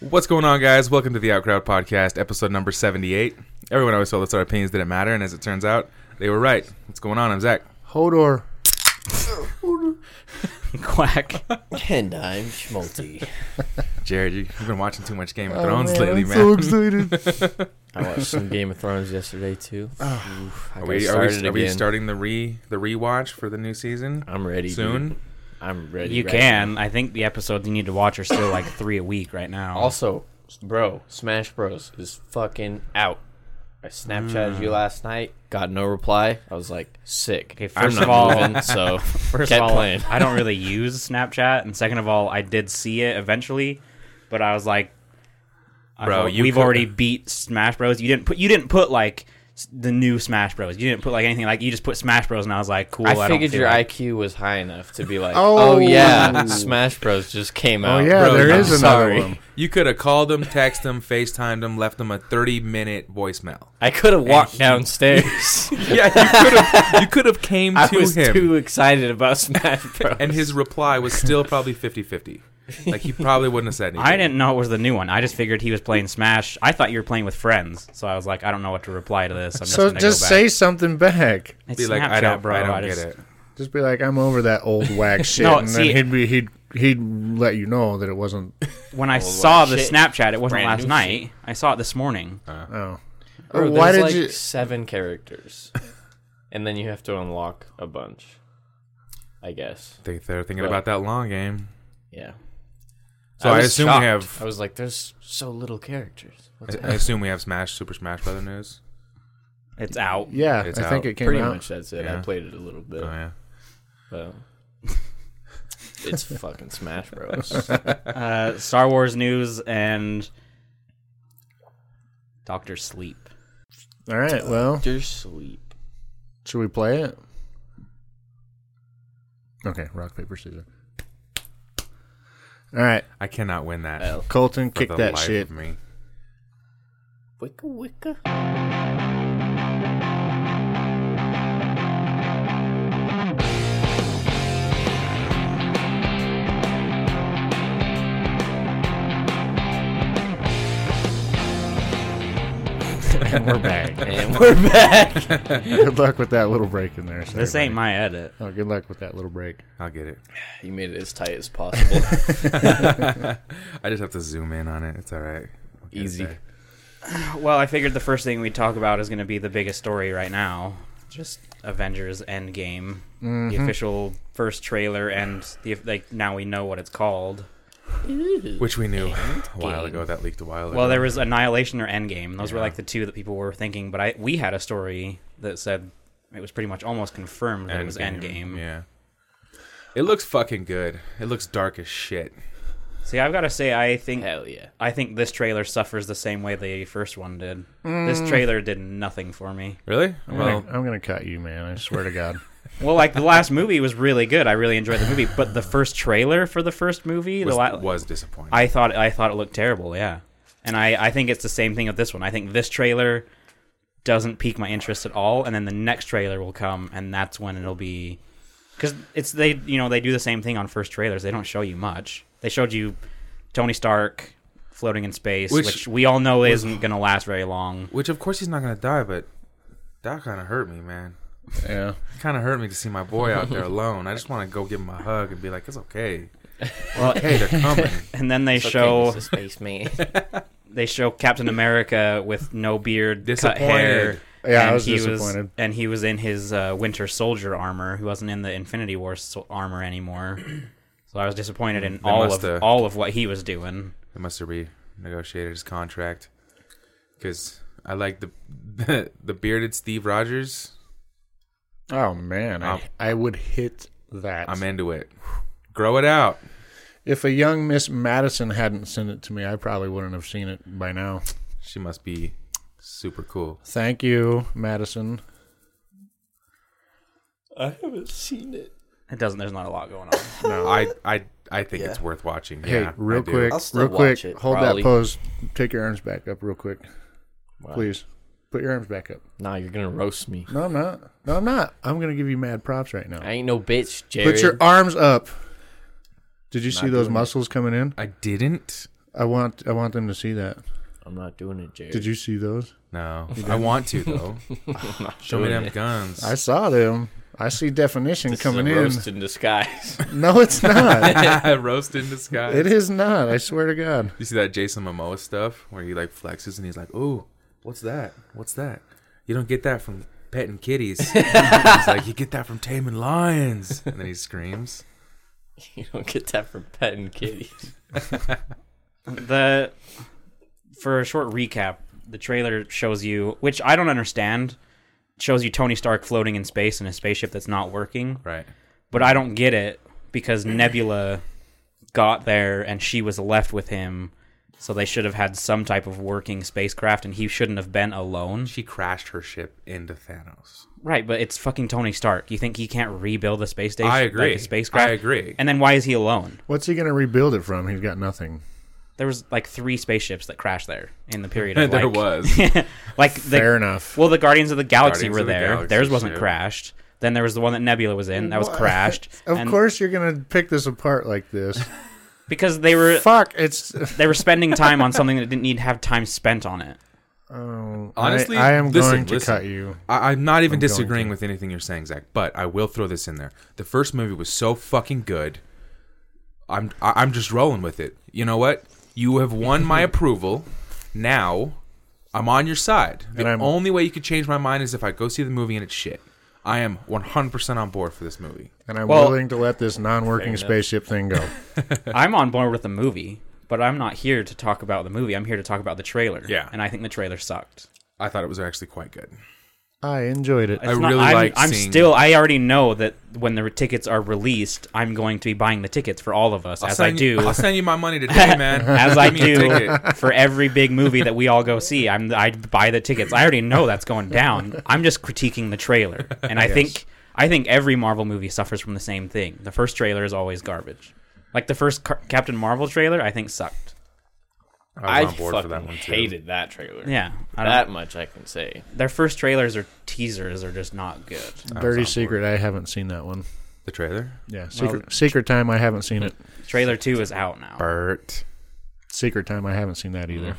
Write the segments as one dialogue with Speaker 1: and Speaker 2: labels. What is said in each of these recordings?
Speaker 1: What's going on, guys? Welcome to the Outcrowd Podcast, episode number 78. Everyone always told us our opinions didn't matter, and as it turns out, they were right. What's going on? I'm Zach.
Speaker 2: Hodor.
Speaker 3: Quack.
Speaker 4: And I'm Schmalti.
Speaker 1: Jared, you- you've been watching too much Game of
Speaker 2: Oh,
Speaker 1: Thrones
Speaker 2: man,
Speaker 1: lately,
Speaker 2: I'm
Speaker 1: man.
Speaker 2: so excited.
Speaker 4: I watched some Game of Thrones yesterday too. Oof,
Speaker 1: Are
Speaker 4: I got
Speaker 1: we, are,
Speaker 4: started
Speaker 1: we, are we
Speaker 4: again.
Speaker 1: starting the re the rewatch for the new season
Speaker 4: I'm ready.
Speaker 1: soon?
Speaker 4: dude. I'm ready.
Speaker 3: You
Speaker 4: right
Speaker 3: can.
Speaker 4: now.
Speaker 3: I think the episodes you need to watch are still like three a week right now.
Speaker 4: Also, bro, Smash Bros is fucking out. I Snapchatted you last night. Got no reply. I was like sick.
Speaker 3: Okay, first
Speaker 4: I'm not
Speaker 3: of all-
Speaker 4: moving, so
Speaker 3: first
Speaker 4: kept
Speaker 3: of all,
Speaker 4: playing.
Speaker 3: I don't really use Snapchat, and second of all, I did see it eventually, but I was like, I
Speaker 1: Bro,
Speaker 3: thought,
Speaker 1: you
Speaker 3: we've
Speaker 1: could-
Speaker 3: already beat Smash Bros. You didn't put. You didn't put like s- the new Smash Bros. You didn't put like anything. Like you just put Smash Bros. And I was like, cool. I,
Speaker 4: I figured
Speaker 3: don't
Speaker 4: your
Speaker 3: feel like-
Speaker 4: IQ was high enough to be like,
Speaker 2: Oh.
Speaker 4: oh, yeah, Smash Bros just came
Speaker 2: Oh
Speaker 4: out.
Speaker 2: yeah,
Speaker 1: bro,
Speaker 2: there
Speaker 1: I'm
Speaker 2: is another
Speaker 4: sorry.
Speaker 2: one.
Speaker 1: You could have called them, texted them, FaceTimed them, left them a 30 minute voicemail.
Speaker 4: I could have walked
Speaker 1: he-
Speaker 4: downstairs.
Speaker 1: Yeah, you could have you could have came
Speaker 4: I
Speaker 1: to
Speaker 4: was
Speaker 1: him.
Speaker 4: too excited about Smash Bros.
Speaker 1: and his reply was still probably 50-50. Like he probably wouldn't have said anything.
Speaker 3: I didn't know it was the new one. I just figured he was playing Smash. I thought you were playing with friends, so I was like, I don't know what to reply to this. I'm just
Speaker 2: So
Speaker 3: gonna
Speaker 2: just
Speaker 3: go back.
Speaker 2: say something back.
Speaker 3: It's
Speaker 1: be like, I
Speaker 3: Snapchat,
Speaker 1: don't,
Speaker 3: bro.
Speaker 1: I don't get
Speaker 3: just-
Speaker 1: it.
Speaker 2: Just be like, I'm over that old whack shit,
Speaker 3: No,
Speaker 2: and
Speaker 3: see-
Speaker 2: then he'd be he'd he'd let you know that it wasn't.
Speaker 3: When I saw the
Speaker 4: Oh, shit.
Speaker 3: Snapchat, it wasn't
Speaker 4: Brand
Speaker 3: last
Speaker 4: new
Speaker 3: night. I saw it this morning.
Speaker 2: Oh,
Speaker 4: Bro,
Speaker 2: why did
Speaker 4: there's, like
Speaker 2: you?
Speaker 4: seven characters, and then you have to unlock a bunch. I guess.
Speaker 1: They, they're thinking
Speaker 4: Well-
Speaker 1: about that long game.
Speaker 4: Yeah.
Speaker 1: So I
Speaker 4: was
Speaker 1: assume
Speaker 4: shocked.
Speaker 1: we have.
Speaker 4: I was like, "There's so little characters." What's
Speaker 1: I assume we have Smash Super Smash Brother news.
Speaker 3: It's out.
Speaker 2: Yeah,
Speaker 1: It's
Speaker 2: I think
Speaker 1: out.
Speaker 2: it came
Speaker 4: pretty
Speaker 2: out.
Speaker 4: much that's it.
Speaker 1: Yeah.
Speaker 4: I played it a little bit,
Speaker 1: Oh yeah,
Speaker 4: but it's fucking Smash Bros.
Speaker 3: Uh, Star Wars news and Doctor Sleep.
Speaker 2: All right, well,
Speaker 4: Your sleep.
Speaker 2: should we play it? Okay, rock paper scissors. All right,
Speaker 1: I cannot win that.
Speaker 4: Well,
Speaker 2: Colton,
Speaker 1: for
Speaker 2: kick
Speaker 1: the
Speaker 2: that
Speaker 1: life
Speaker 2: shit.
Speaker 1: of me.
Speaker 4: wicka wicka.
Speaker 2: and we're back.
Speaker 4: And we're back.
Speaker 2: good luck with that little break in there.
Speaker 3: This ain't my edit.
Speaker 2: Oh, good luck with that little break.
Speaker 1: I'll get it.
Speaker 4: you made it as tight as possible.
Speaker 1: I just have to zoom in on it. It's all right. I'll get it
Speaker 4: Easy.
Speaker 1: there.
Speaker 3: Well, I figured the first thing we talk about is going to be the biggest story right now, just Avengers Endgame, the
Speaker 4: Mm-hmm.
Speaker 3: official first trailer, and the like. Now we know what it's called.
Speaker 1: Which we knew a while ago. That leaked a while ago.
Speaker 3: Well, there was Annihilation or Endgame. Those were like the two that people were thinking. But I we had a story that said it was pretty much almost confirmed that it was Endgame.
Speaker 1: Yeah. It looks fucking good. It looks dark as shit.
Speaker 3: See, I've got to say, I think
Speaker 4: Hell yeah.
Speaker 3: I think this trailer suffers the same way the first one did. This trailer did nothing for me.
Speaker 1: Really?
Speaker 2: I'm
Speaker 1: Well,
Speaker 2: gonna, I'm gonna cut you, man. I swear to God.
Speaker 3: Well, like the last movie was really good. I really enjoyed the movie, but the first trailer for the first movie,
Speaker 1: was,
Speaker 3: the la-
Speaker 1: was disappointing.
Speaker 3: I thought I thought it looked terrible. Yeah, and I I think it's the same thing with this one. I think this trailer doesn't pique my interest at all, and then the next trailer will come, and that's when it'll be because it's they you know they do the same thing on first trailers. They don't show you much. They showed you Tony Stark floating in space,
Speaker 1: Which
Speaker 3: which, we all know isn't going to last very long.
Speaker 1: Which of course he's not gonna die, but that kind of hurt me, man.
Speaker 2: yeah.
Speaker 1: It kind of hurt me to see my boy out there alone. I just want to go give him a hug and be like, "It's okay.
Speaker 3: Well,
Speaker 1: Hey, they're coming."
Speaker 3: and then they
Speaker 4: It's okay,
Speaker 3: show
Speaker 4: he's a spaceman.
Speaker 3: they show Captain America with no beard, cut
Speaker 1: Disappointed.
Speaker 3: hair.
Speaker 2: Yeah, I
Speaker 3: and
Speaker 2: was
Speaker 3: he
Speaker 2: disappointed.
Speaker 3: and he was in his uh, Winter Soldier armor. He wasn't in the Infinity War so- armor anymore. So I was disappointed in all of
Speaker 1: musta-
Speaker 3: all of what he was doing.
Speaker 1: They must have renegotiated his contract because I like the, the bearded Steve Rogers.
Speaker 2: Oh man, I,
Speaker 1: Um,
Speaker 2: I would hit that.
Speaker 1: I'm into it. Grow it out.
Speaker 2: if a young Miss Madison hadn't sent it to me, I probably wouldn't have seen it by now.
Speaker 1: She must be super cool.
Speaker 2: Thank you, Madison.
Speaker 4: I haven't seen it.
Speaker 3: It doesn't. There's not a lot going on.
Speaker 1: I I I think it's
Speaker 4: Yeah.
Speaker 1: worth watching.
Speaker 2: Hey,
Speaker 1: yeah, I
Speaker 2: real
Speaker 1: do.
Speaker 2: quick,
Speaker 4: I'll still
Speaker 2: real quick,
Speaker 4: watch it,
Speaker 2: hold
Speaker 4: probably.
Speaker 2: that pose. Take your arms back up, real quick,
Speaker 4: Wow.
Speaker 2: please. Put your arms back up.
Speaker 4: Nah, you're gonna roast me.
Speaker 2: No, I'm not. No, I'm not. I'm gonna give you mad props right now.
Speaker 4: I ain't no bitch, Jared.
Speaker 2: Put your arms up. Did you see those muscles coming in?
Speaker 1: I didn't.
Speaker 2: I want I want them to see that.
Speaker 4: I'm not doing it, Jared.
Speaker 2: Did you see those?
Speaker 1: No, I want to though.
Speaker 4: I'm not
Speaker 1: Show me
Speaker 4: doing
Speaker 1: them
Speaker 4: it.
Speaker 1: guns.
Speaker 2: I saw them. I see definition
Speaker 4: This
Speaker 2: coming
Speaker 4: is a
Speaker 2: in.
Speaker 4: roast in disguise.
Speaker 2: No, it's not.
Speaker 1: Roast in disguise.
Speaker 2: it is not. I swear to God.
Speaker 1: You see that Jason Momoa stuff where he like flexes and he's like, "Ooh, what's that? What's that? You don't get that from petting kitties." he's like, "You get that from taming lions," and then he screams.
Speaker 4: you don't get that from petting kitties.
Speaker 3: the for a short recap, the trailer shows you, which I don't understand, shows you Tony Stark floating in space in a spaceship that's not working.
Speaker 1: Right.
Speaker 3: But I don't get it because Nebula got there and she was left with him, so they should have had some type of working spacecraft, and he shouldn't have been alone.
Speaker 1: She crashed her ship into Thanos.
Speaker 3: Right, but it's fucking Tony Stark. You think he can't rebuild a space station?
Speaker 1: I agree.
Speaker 3: like a spacecraft.
Speaker 1: I agree.
Speaker 3: And then why is he alone?
Speaker 2: What's he going to rebuild it from? He's got nothing.
Speaker 3: There was like three spaceships that crashed there in the period. Of,
Speaker 1: And there
Speaker 3: like,
Speaker 1: was.
Speaker 3: like the,
Speaker 2: Fair enough.
Speaker 3: Well, the Guardians of the Galaxy
Speaker 1: Guardians
Speaker 3: were
Speaker 1: of the
Speaker 3: there.
Speaker 1: Galaxy,
Speaker 3: Theirs wasn't
Speaker 1: yeah.
Speaker 3: crashed. Then there was the one that Nebula was in that was
Speaker 2: What?
Speaker 3: crashed.
Speaker 2: Of
Speaker 3: And-
Speaker 2: course, you're going to pick this apart like this.
Speaker 3: because they were
Speaker 2: Fuck! It's
Speaker 3: they were spending time on something that didn't need to have time spent on it.
Speaker 2: oh,
Speaker 1: Honestly,
Speaker 2: I, I am
Speaker 1: listen,
Speaker 2: going to
Speaker 1: listen.
Speaker 2: cut you.
Speaker 1: I, I'm not even
Speaker 2: going
Speaker 1: disagreeing
Speaker 2: to.
Speaker 1: with anything you're saying, Zach. But I will throw this in there. The first movie was so fucking good. I'm I, I'm just rolling with it. You know what? You have won my approval. Now I'm on your side. The
Speaker 2: And I'm-
Speaker 1: only way you could change my mind is if I go see the movie and it's shit. I am 100% on board for this movie.
Speaker 2: And I'm
Speaker 3: Well-
Speaker 2: willing to let this non-working
Speaker 4: Fair enough.
Speaker 2: spaceship thing go.
Speaker 3: I'm on board with the movie, but I'm not here to talk about the movie. I'm here to talk about the trailer.
Speaker 1: Yeah.
Speaker 3: and I think the trailer sucked.
Speaker 1: I thought it was actually quite good.
Speaker 2: I enjoyed it.
Speaker 1: I
Speaker 3: It's not-
Speaker 1: really
Speaker 3: I'm,
Speaker 1: like
Speaker 3: I'm
Speaker 1: seeing-
Speaker 3: still. I already know that when the tickets are released, I'm going to be buying the tickets for all of us, as I
Speaker 1: send
Speaker 3: do.
Speaker 1: you- I'll send you my money today, man.
Speaker 3: as I
Speaker 1: Give me a
Speaker 3: do
Speaker 1: ticket.
Speaker 3: for every big movie that we all go see. I'm I buy the tickets. I already know that's going down. I'm just critiquing the trailer, and I think I think every Marvel movie suffers from the same thing. The first trailer is always garbage. Like the first Car- Captain Marvel trailer, I think sucked.
Speaker 1: I
Speaker 4: I
Speaker 1: was on board
Speaker 4: fucking
Speaker 1: for that one too.
Speaker 4: hated that trailer.
Speaker 3: Yeah, I don't,
Speaker 4: That much I can say.
Speaker 3: their first trailers or teasers are just not good.
Speaker 2: Dirty Secret. I haven't seen that one.
Speaker 1: The trailer?
Speaker 2: Yeah, secret secret time. I haven't seen it.
Speaker 3: Trailer two is out now.
Speaker 1: Bert.
Speaker 2: Secret time. I haven't seen that either.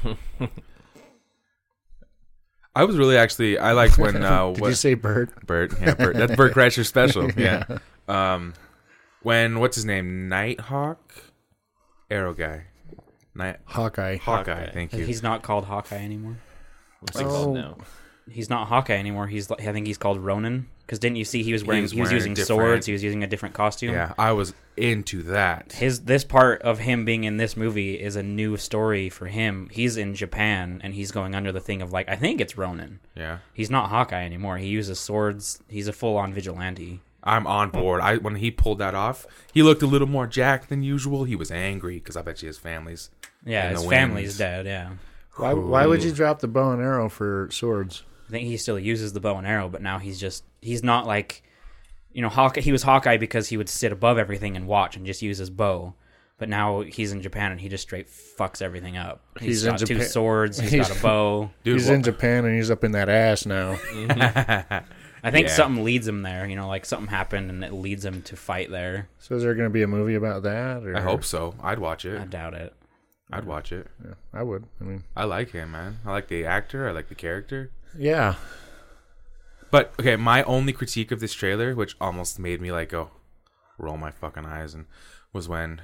Speaker 1: I was really actually I liked when uh
Speaker 2: Did
Speaker 1: what-
Speaker 2: you say bird?
Speaker 1: Bert. Yeah, Bert. That's Bert Kreischer special. Yeah. Um, when what's his name? Nighthawk, Arrow guy, Night
Speaker 2: Hawkeye.
Speaker 1: Hawkeye.
Speaker 4: Hawkeye.
Speaker 1: Thank you.
Speaker 3: He's not called Hawkeye anymore.
Speaker 4: What's it called
Speaker 2: Oh.
Speaker 4: now?
Speaker 3: He's not Hawkeye anymore. He's like- I think he's called Ronin. Because didn't you see he was wearing he was,
Speaker 1: was wearing a
Speaker 3: using
Speaker 1: different-
Speaker 3: swords. He was using a different costume.
Speaker 1: yeah, I was into that.
Speaker 3: his this part of him being in this movie is a new story for him. He's in Japan and he's going under the thing of like I think it's Ronin.
Speaker 1: Yeah,
Speaker 3: He's not Hawkeye anymore. He uses swords. He's a full on vigilante.
Speaker 1: I'm on board. I when he pulled that off, he looked a little more jacked than usual. He was angry because I bet you his family's.
Speaker 3: Yeah,
Speaker 1: in
Speaker 3: his
Speaker 1: the
Speaker 3: family's
Speaker 1: winds.
Speaker 3: dead. Yeah,
Speaker 2: Why, why would you drop the bow and arrow for swords?
Speaker 3: I think he still uses the bow and arrow, but now he's just he's not like you know Hawkeye. He was Hawkeye because he would sit above everything and watch and just use his bow. But now he's in Japan and he just straight fucks everything up.
Speaker 2: He's
Speaker 3: he's
Speaker 2: in
Speaker 3: got two
Speaker 2: Japan-
Speaker 3: swords. he's
Speaker 2: He's-
Speaker 3: got a bow.
Speaker 1: Dude,
Speaker 2: he's
Speaker 1: wha-
Speaker 2: in Japan and he's up in that ass now.
Speaker 3: I think
Speaker 1: Yeah.
Speaker 3: something leads him there. You know, like something happened and it leads him to fight there.
Speaker 2: so is there going to be a movie about that? Or?
Speaker 1: I hope so. I'd watch
Speaker 3: I
Speaker 1: it.
Speaker 3: doubt it.
Speaker 1: I'd watch it.
Speaker 2: Yeah, I would. I mean,
Speaker 1: I like him, man. I like the actor. I like the character.
Speaker 2: yeah.
Speaker 1: But okay, my only critique of this trailer, which almost made me like go roll my fucking eyes, and was when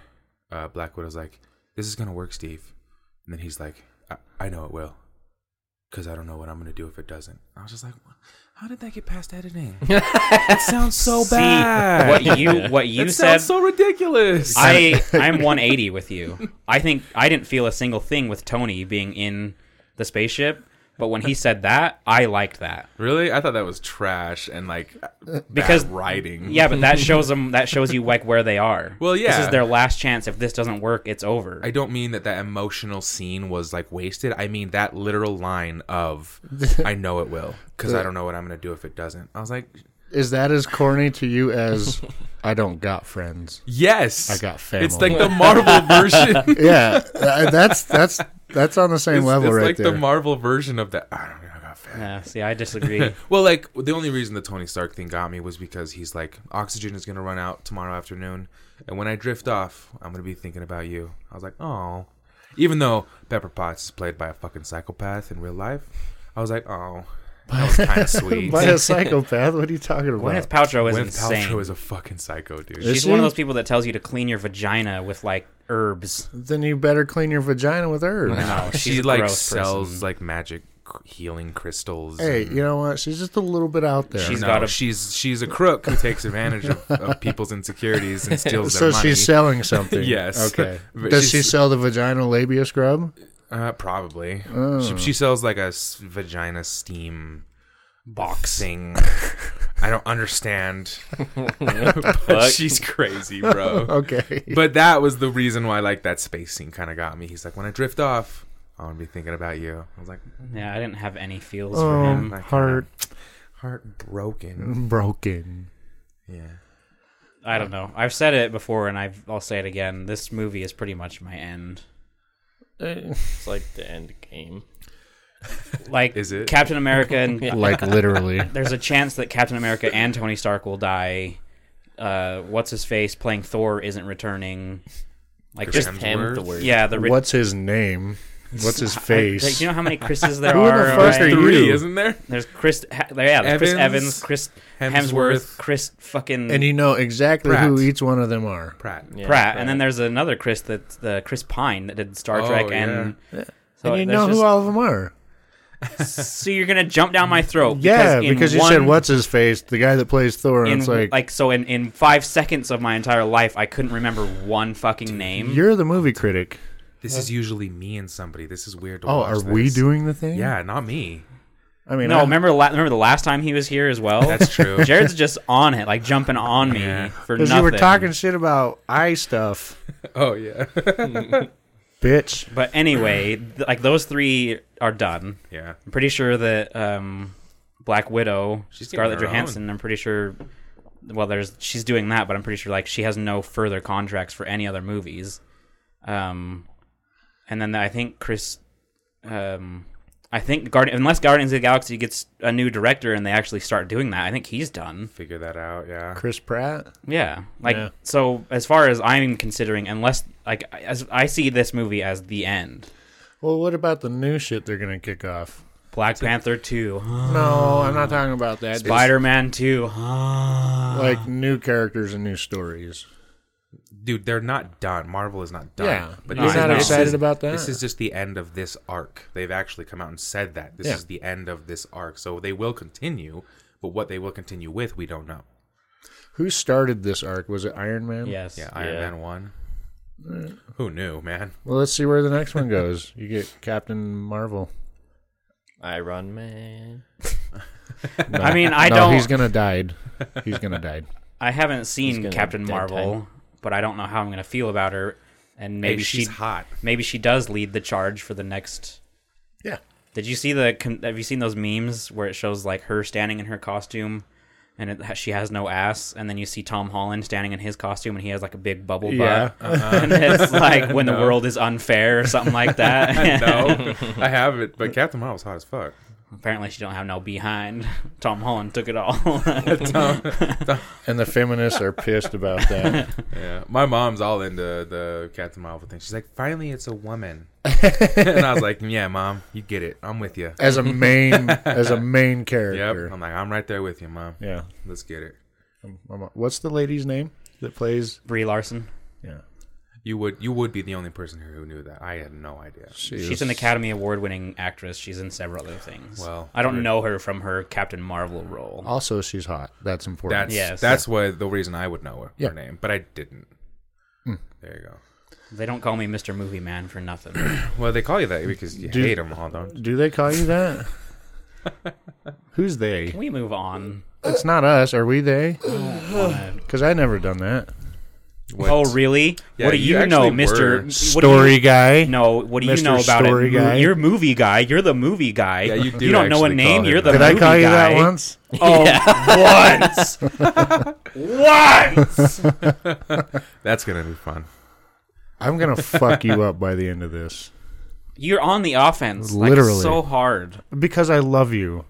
Speaker 1: uh, Blackwood was like, "This is gonna work, Steve," and then he's like, "I, I know it will, because I don't know what I'm gonna do if it doesn't." I was just like, "How did that get past editing? it sounds so
Speaker 3: See,
Speaker 1: bad.
Speaker 3: What you what you
Speaker 1: it
Speaker 3: said?
Speaker 1: sounds so ridiculous."
Speaker 3: I I'm 180 with you. I think I didn't feel a single thing with Tony being in the spaceship, but when he said that, I liked that
Speaker 1: really, I thought that was trash and like
Speaker 3: because
Speaker 1: bad writing.
Speaker 3: yeah, but that shows them that shows you like where they are.
Speaker 1: Well, yeah.
Speaker 3: this is their last chance. If this doesn't work, it's over.
Speaker 1: I don't mean that that emotional scene was like wasted. I mean that literal line of "I know it will" because I don't know what I'm gonna do if it doesn't. I was like,
Speaker 2: Is that as corny to you as I don't got friends?
Speaker 1: "Yes,
Speaker 2: I got family.
Speaker 1: It's like the Marvel version. it's
Speaker 2: yeah, uh, that's that's that's on the same level
Speaker 1: it's
Speaker 2: right
Speaker 1: like
Speaker 2: there.
Speaker 1: the Marvel version of that. I don't know. I got family.
Speaker 3: yeah, see, I disagree.
Speaker 1: Well, like the only reason the Tony Stark thing got me was because he's like, oxygen is gonna run out tomorrow afternoon, and when I drift off, I'm gonna be thinking about you. I was like, oh, Even though Pepper Potts is played by a fucking psychopath in real life, I was like, oh, that was kind of sweet.
Speaker 2: By a psychopath? What are you talking
Speaker 3: Gwyneth
Speaker 2: about?
Speaker 3: Paltrow is
Speaker 1: Gwyneth
Speaker 3: insane.
Speaker 1: Paltrow is a fucking psycho, dude.
Speaker 2: Is
Speaker 3: She's
Speaker 2: she?
Speaker 3: one of those people that tells you to clean your vagina with like herbs.
Speaker 2: Then you better clean your vagina with herbs.
Speaker 3: No, she's
Speaker 1: she
Speaker 3: a
Speaker 1: like
Speaker 3: gross
Speaker 1: sells
Speaker 3: person.
Speaker 1: like magic cr- healing crystals.
Speaker 2: Hey,
Speaker 1: and-
Speaker 2: you know what? She's just a little bit out there.
Speaker 3: She's
Speaker 1: no,
Speaker 3: got a-
Speaker 1: she's she's a crook who takes advantage of, of people's insecurities and steals
Speaker 2: so
Speaker 1: their money.
Speaker 2: she's selling something.
Speaker 1: Yes.
Speaker 2: Okay.
Speaker 1: But
Speaker 2: Does she
Speaker 1: she's-
Speaker 2: sell the vaginal labia scrub?
Speaker 1: uh, probably.
Speaker 2: Oh.
Speaker 1: She, she sells like a s- vagina steam boxing. I don't understand. but she's crazy, bro.
Speaker 2: Okay.
Speaker 1: but that was the reason why like that space scene kind of got me. He's like, when I drift off, I'm gonna be thinking about you. I was like, "Mm,
Speaker 3: Yeah, I didn't have any feels for
Speaker 2: Oh,
Speaker 3: him.
Speaker 1: I kinda-
Speaker 2: heart
Speaker 1: heartbroken.
Speaker 2: broken.
Speaker 1: Yeah.
Speaker 3: I don't know. I've said it before, and I've, I'll say it again. This movie is pretty much my end.
Speaker 4: It's like the end game.
Speaker 3: Like,
Speaker 1: Is it?
Speaker 3: Captain America? And
Speaker 2: like literally.
Speaker 3: there's a chance that Captain America and Tony Stark will die. Uh, what's his face playing Thor isn't returning. Like
Speaker 1: Chris
Speaker 3: just
Speaker 1: Hemsworth.
Speaker 4: Hemsworth.
Speaker 3: yeah, the re-
Speaker 2: What's his name? What's his
Speaker 3: I-
Speaker 2: face?
Speaker 3: do you know how many Chris's there
Speaker 2: Who the
Speaker 3: are?
Speaker 2: fuck
Speaker 3: alright?
Speaker 2: are you?
Speaker 1: Three, isn't there?
Speaker 3: There's Chris. Ha- yeah, there's Chris
Speaker 1: Evans,
Speaker 3: Evans, Chris Hemsworth,
Speaker 1: Hemsworth,
Speaker 3: Chris fucking
Speaker 2: and you know exactly who
Speaker 1: Pratt.
Speaker 2: each one of them are.
Speaker 1: Pratt.
Speaker 4: Yeah,
Speaker 3: Pratt. And then there's another Chris that the Chris Pine that did Star
Speaker 1: Oh,
Speaker 3: Trek
Speaker 1: yeah.
Speaker 3: and. So,
Speaker 2: and you
Speaker 3: there's
Speaker 2: know who all of them are.
Speaker 3: just- so you're gonna jump down my throat?
Speaker 2: Yeah,
Speaker 3: in
Speaker 2: because you
Speaker 3: one-
Speaker 2: said what's his face, the guy that plays Thor, and
Speaker 3: In,
Speaker 2: it's like,
Speaker 3: like, so in, in five seconds of my entire life, I couldn't remember one fucking name.
Speaker 2: you're the movie critic.
Speaker 1: This is usually me and somebody. This is weird. To
Speaker 2: Oh, are
Speaker 1: watch
Speaker 2: we
Speaker 1: this.
Speaker 2: doing the thing?
Speaker 1: Yeah, not me.
Speaker 2: I mean,
Speaker 3: no,
Speaker 2: I-
Speaker 3: remember la- remember the last time he was here as well.
Speaker 1: That's true.
Speaker 3: Jared's just on it, like jumping on me
Speaker 1: Yeah.
Speaker 3: for
Speaker 2: because
Speaker 3: nothing.
Speaker 2: you were talking shit about eye stuff,
Speaker 1: oh yeah,
Speaker 2: bitch.
Speaker 3: But anyway, th- like those three are done.
Speaker 1: yeah.
Speaker 3: I'm pretty sure that um, Black Widow,
Speaker 1: She's getting
Speaker 3: Scarlett
Speaker 1: her
Speaker 3: Johansson. I'm pretty sure. Well, there's she's doing that, but I'm pretty sure like she has no further contracts for any other movies. Um, and then I think Chris, um, I think Guardian, unless Guardians of the Galaxy gets a new director and they actually start doing that, I think he's done.
Speaker 1: Figure that out. Yeah.
Speaker 2: Chris Pratt.
Speaker 3: Yeah, like
Speaker 2: Yeah.
Speaker 3: so. As far as I'm considering, unless like I- as I see this movie as the end,
Speaker 2: Well, what about the new shit they're gonna kick off?
Speaker 3: Black Panther two,
Speaker 2: No, I'm not talking about that.
Speaker 3: Spider Man two.
Speaker 2: like new characters and new stories.
Speaker 1: Dude, they're not done. Marvel is not done.
Speaker 2: Yeah,
Speaker 1: But
Speaker 2: you're
Speaker 1: this-
Speaker 2: not
Speaker 1: this
Speaker 2: excited
Speaker 1: is-
Speaker 2: about that?
Speaker 1: This is just the end of this arc. They've actually come out and said that this
Speaker 2: Yeah.
Speaker 1: is the end of this arc. So they will continue, but what they will continue with, we don't know.
Speaker 2: Who started this arc? Was it Iron Man?
Speaker 3: Yes.
Speaker 1: Yeah, Iron
Speaker 4: Yeah.
Speaker 1: Man one. Who knew, man?
Speaker 2: Well, let's see where the next one goes. You get Captain Marvel.
Speaker 4: Iron Man.
Speaker 2: No.
Speaker 3: I mean, I
Speaker 2: no,
Speaker 3: don't.
Speaker 2: He's gonna die. He's gonna die.
Speaker 3: I haven't seen
Speaker 4: gonna
Speaker 3: Captain
Speaker 4: dead
Speaker 3: Marvel, but I don't know how I'm going to feel about her. And maybe
Speaker 1: Hey,
Speaker 3: she,
Speaker 1: she's hot.
Speaker 3: maybe she does lead the charge for the next.
Speaker 2: Yeah.
Speaker 3: Did you see the? con- Have you seen those memes where it shows like her standing in her costume, and it, ha- she has no ass, and then you see Tom Holland standing in his costume, and he has like a big bubble
Speaker 2: Yeah.
Speaker 3: butt, and it's like when the world is unfair or something like that.
Speaker 1: no, I haven't. But Captain Marvel's hot as fuck.
Speaker 3: Apparently, she don't have no behind. Tom Holland took it all.
Speaker 2: And the feminists are pissed about that.
Speaker 1: Yeah, my mom's all into the Captain Marvel thing. She's like, finally, it's a woman, and I was like, yeah, mom, you get it. I'm with you.
Speaker 2: As a main, as a main
Speaker 1: Yep.
Speaker 2: character.
Speaker 1: I'm like, I'm right there with you, mom.
Speaker 2: Yeah.
Speaker 1: Let's get it.
Speaker 2: Um, What's the lady's name that plays?
Speaker 3: Brie Larson.
Speaker 2: Yeah.
Speaker 1: You would you would be the only person here who knew that. I had no idea.
Speaker 2: She
Speaker 3: She's
Speaker 2: is-
Speaker 3: an Academy Award winning actress. She's in several other things.
Speaker 1: Well,
Speaker 3: I don't
Speaker 1: you're-
Speaker 3: know her from her Captain Marvel role.
Speaker 2: Also, she's hot. That's important.
Speaker 1: That's
Speaker 3: Yes.
Speaker 1: that's why the reason I would know her,
Speaker 2: Yeah.
Speaker 1: her name, but I didn't.
Speaker 3: Hmm.
Speaker 1: There you go.
Speaker 3: They don't call me Mr. Movie Man for nothing.
Speaker 1: Well, they call you that because you
Speaker 2: Do-
Speaker 1: hate 'em hate them all, don't you?
Speaker 2: Do they call you that? Who's they?
Speaker 3: Can we move on?
Speaker 2: It's not us. Are we they?
Speaker 3: Uh,
Speaker 2: Because I never done that.
Speaker 1: What-
Speaker 3: oh, really?
Speaker 1: Yeah,
Speaker 3: what do
Speaker 1: you
Speaker 3: you, know,
Speaker 1: actually were.
Speaker 3: Mr. what do
Speaker 2: Story
Speaker 3: you-
Speaker 2: guy.
Speaker 3: No, what do you
Speaker 2: Mr.
Speaker 3: know about
Speaker 2: Story
Speaker 3: it?
Speaker 2: guy.
Speaker 3: You're a movie guy. You're the movie guy.
Speaker 1: Yeah, you do
Speaker 3: not know a
Speaker 1: actually call
Speaker 3: name.
Speaker 1: him
Speaker 3: You're the
Speaker 1: that.
Speaker 2: Did
Speaker 3: movie
Speaker 2: I call you
Speaker 3: guy.
Speaker 2: that once?
Speaker 3: Oh, once. Oh, once.
Speaker 1: That's gonna be fun.
Speaker 2: I'm gonna fuck you up by the end of this
Speaker 3: You're on the offense. like,
Speaker 2: Literally.
Speaker 3: so hard.
Speaker 2: because I love you.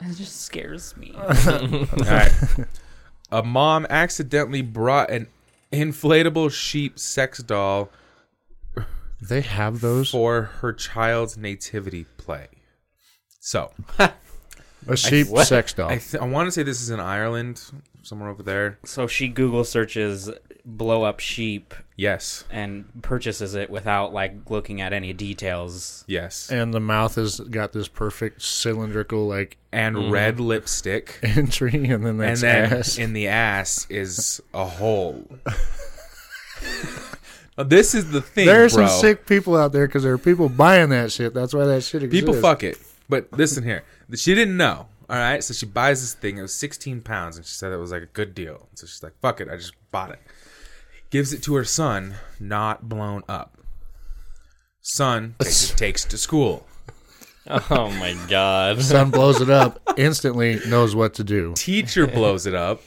Speaker 3: It just scares me.
Speaker 1: All right. A mom accidentally brought an inflatable sheep sex doll
Speaker 2: They have those.
Speaker 1: for her child's nativity play. So
Speaker 2: A sheep
Speaker 4: what?
Speaker 2: sex doll.
Speaker 1: I, th- I want to say this is in Ireland, somewhere over there.
Speaker 3: So she Google searches blow up sheep
Speaker 1: Yes,
Speaker 3: and purchases it without like looking at any details.
Speaker 1: yes,
Speaker 2: and the mouth has got this perfect cylindrical like
Speaker 1: and
Speaker 3: Mm-hmm.
Speaker 1: red lipstick,
Speaker 2: entry, and then
Speaker 1: and
Speaker 2: that's
Speaker 1: then
Speaker 2: ass.
Speaker 1: in the ass is a hole. Now, this is the thing,
Speaker 2: there are
Speaker 1: bro.
Speaker 2: some sick people out there because there are people buying that shit. That's why that shit exists.
Speaker 1: People fuck it. But listen here. She didn't know. All right. So she buys this thing. It was 16 pounds. And she said it was like a good deal. So she's like, fuck it. I just bought it. Gives it to her son, not blown up. Son takes, takes to school.
Speaker 4: Oh my god.
Speaker 2: Son blows it up instantly. Knows what to do.
Speaker 1: Teacher blows it up.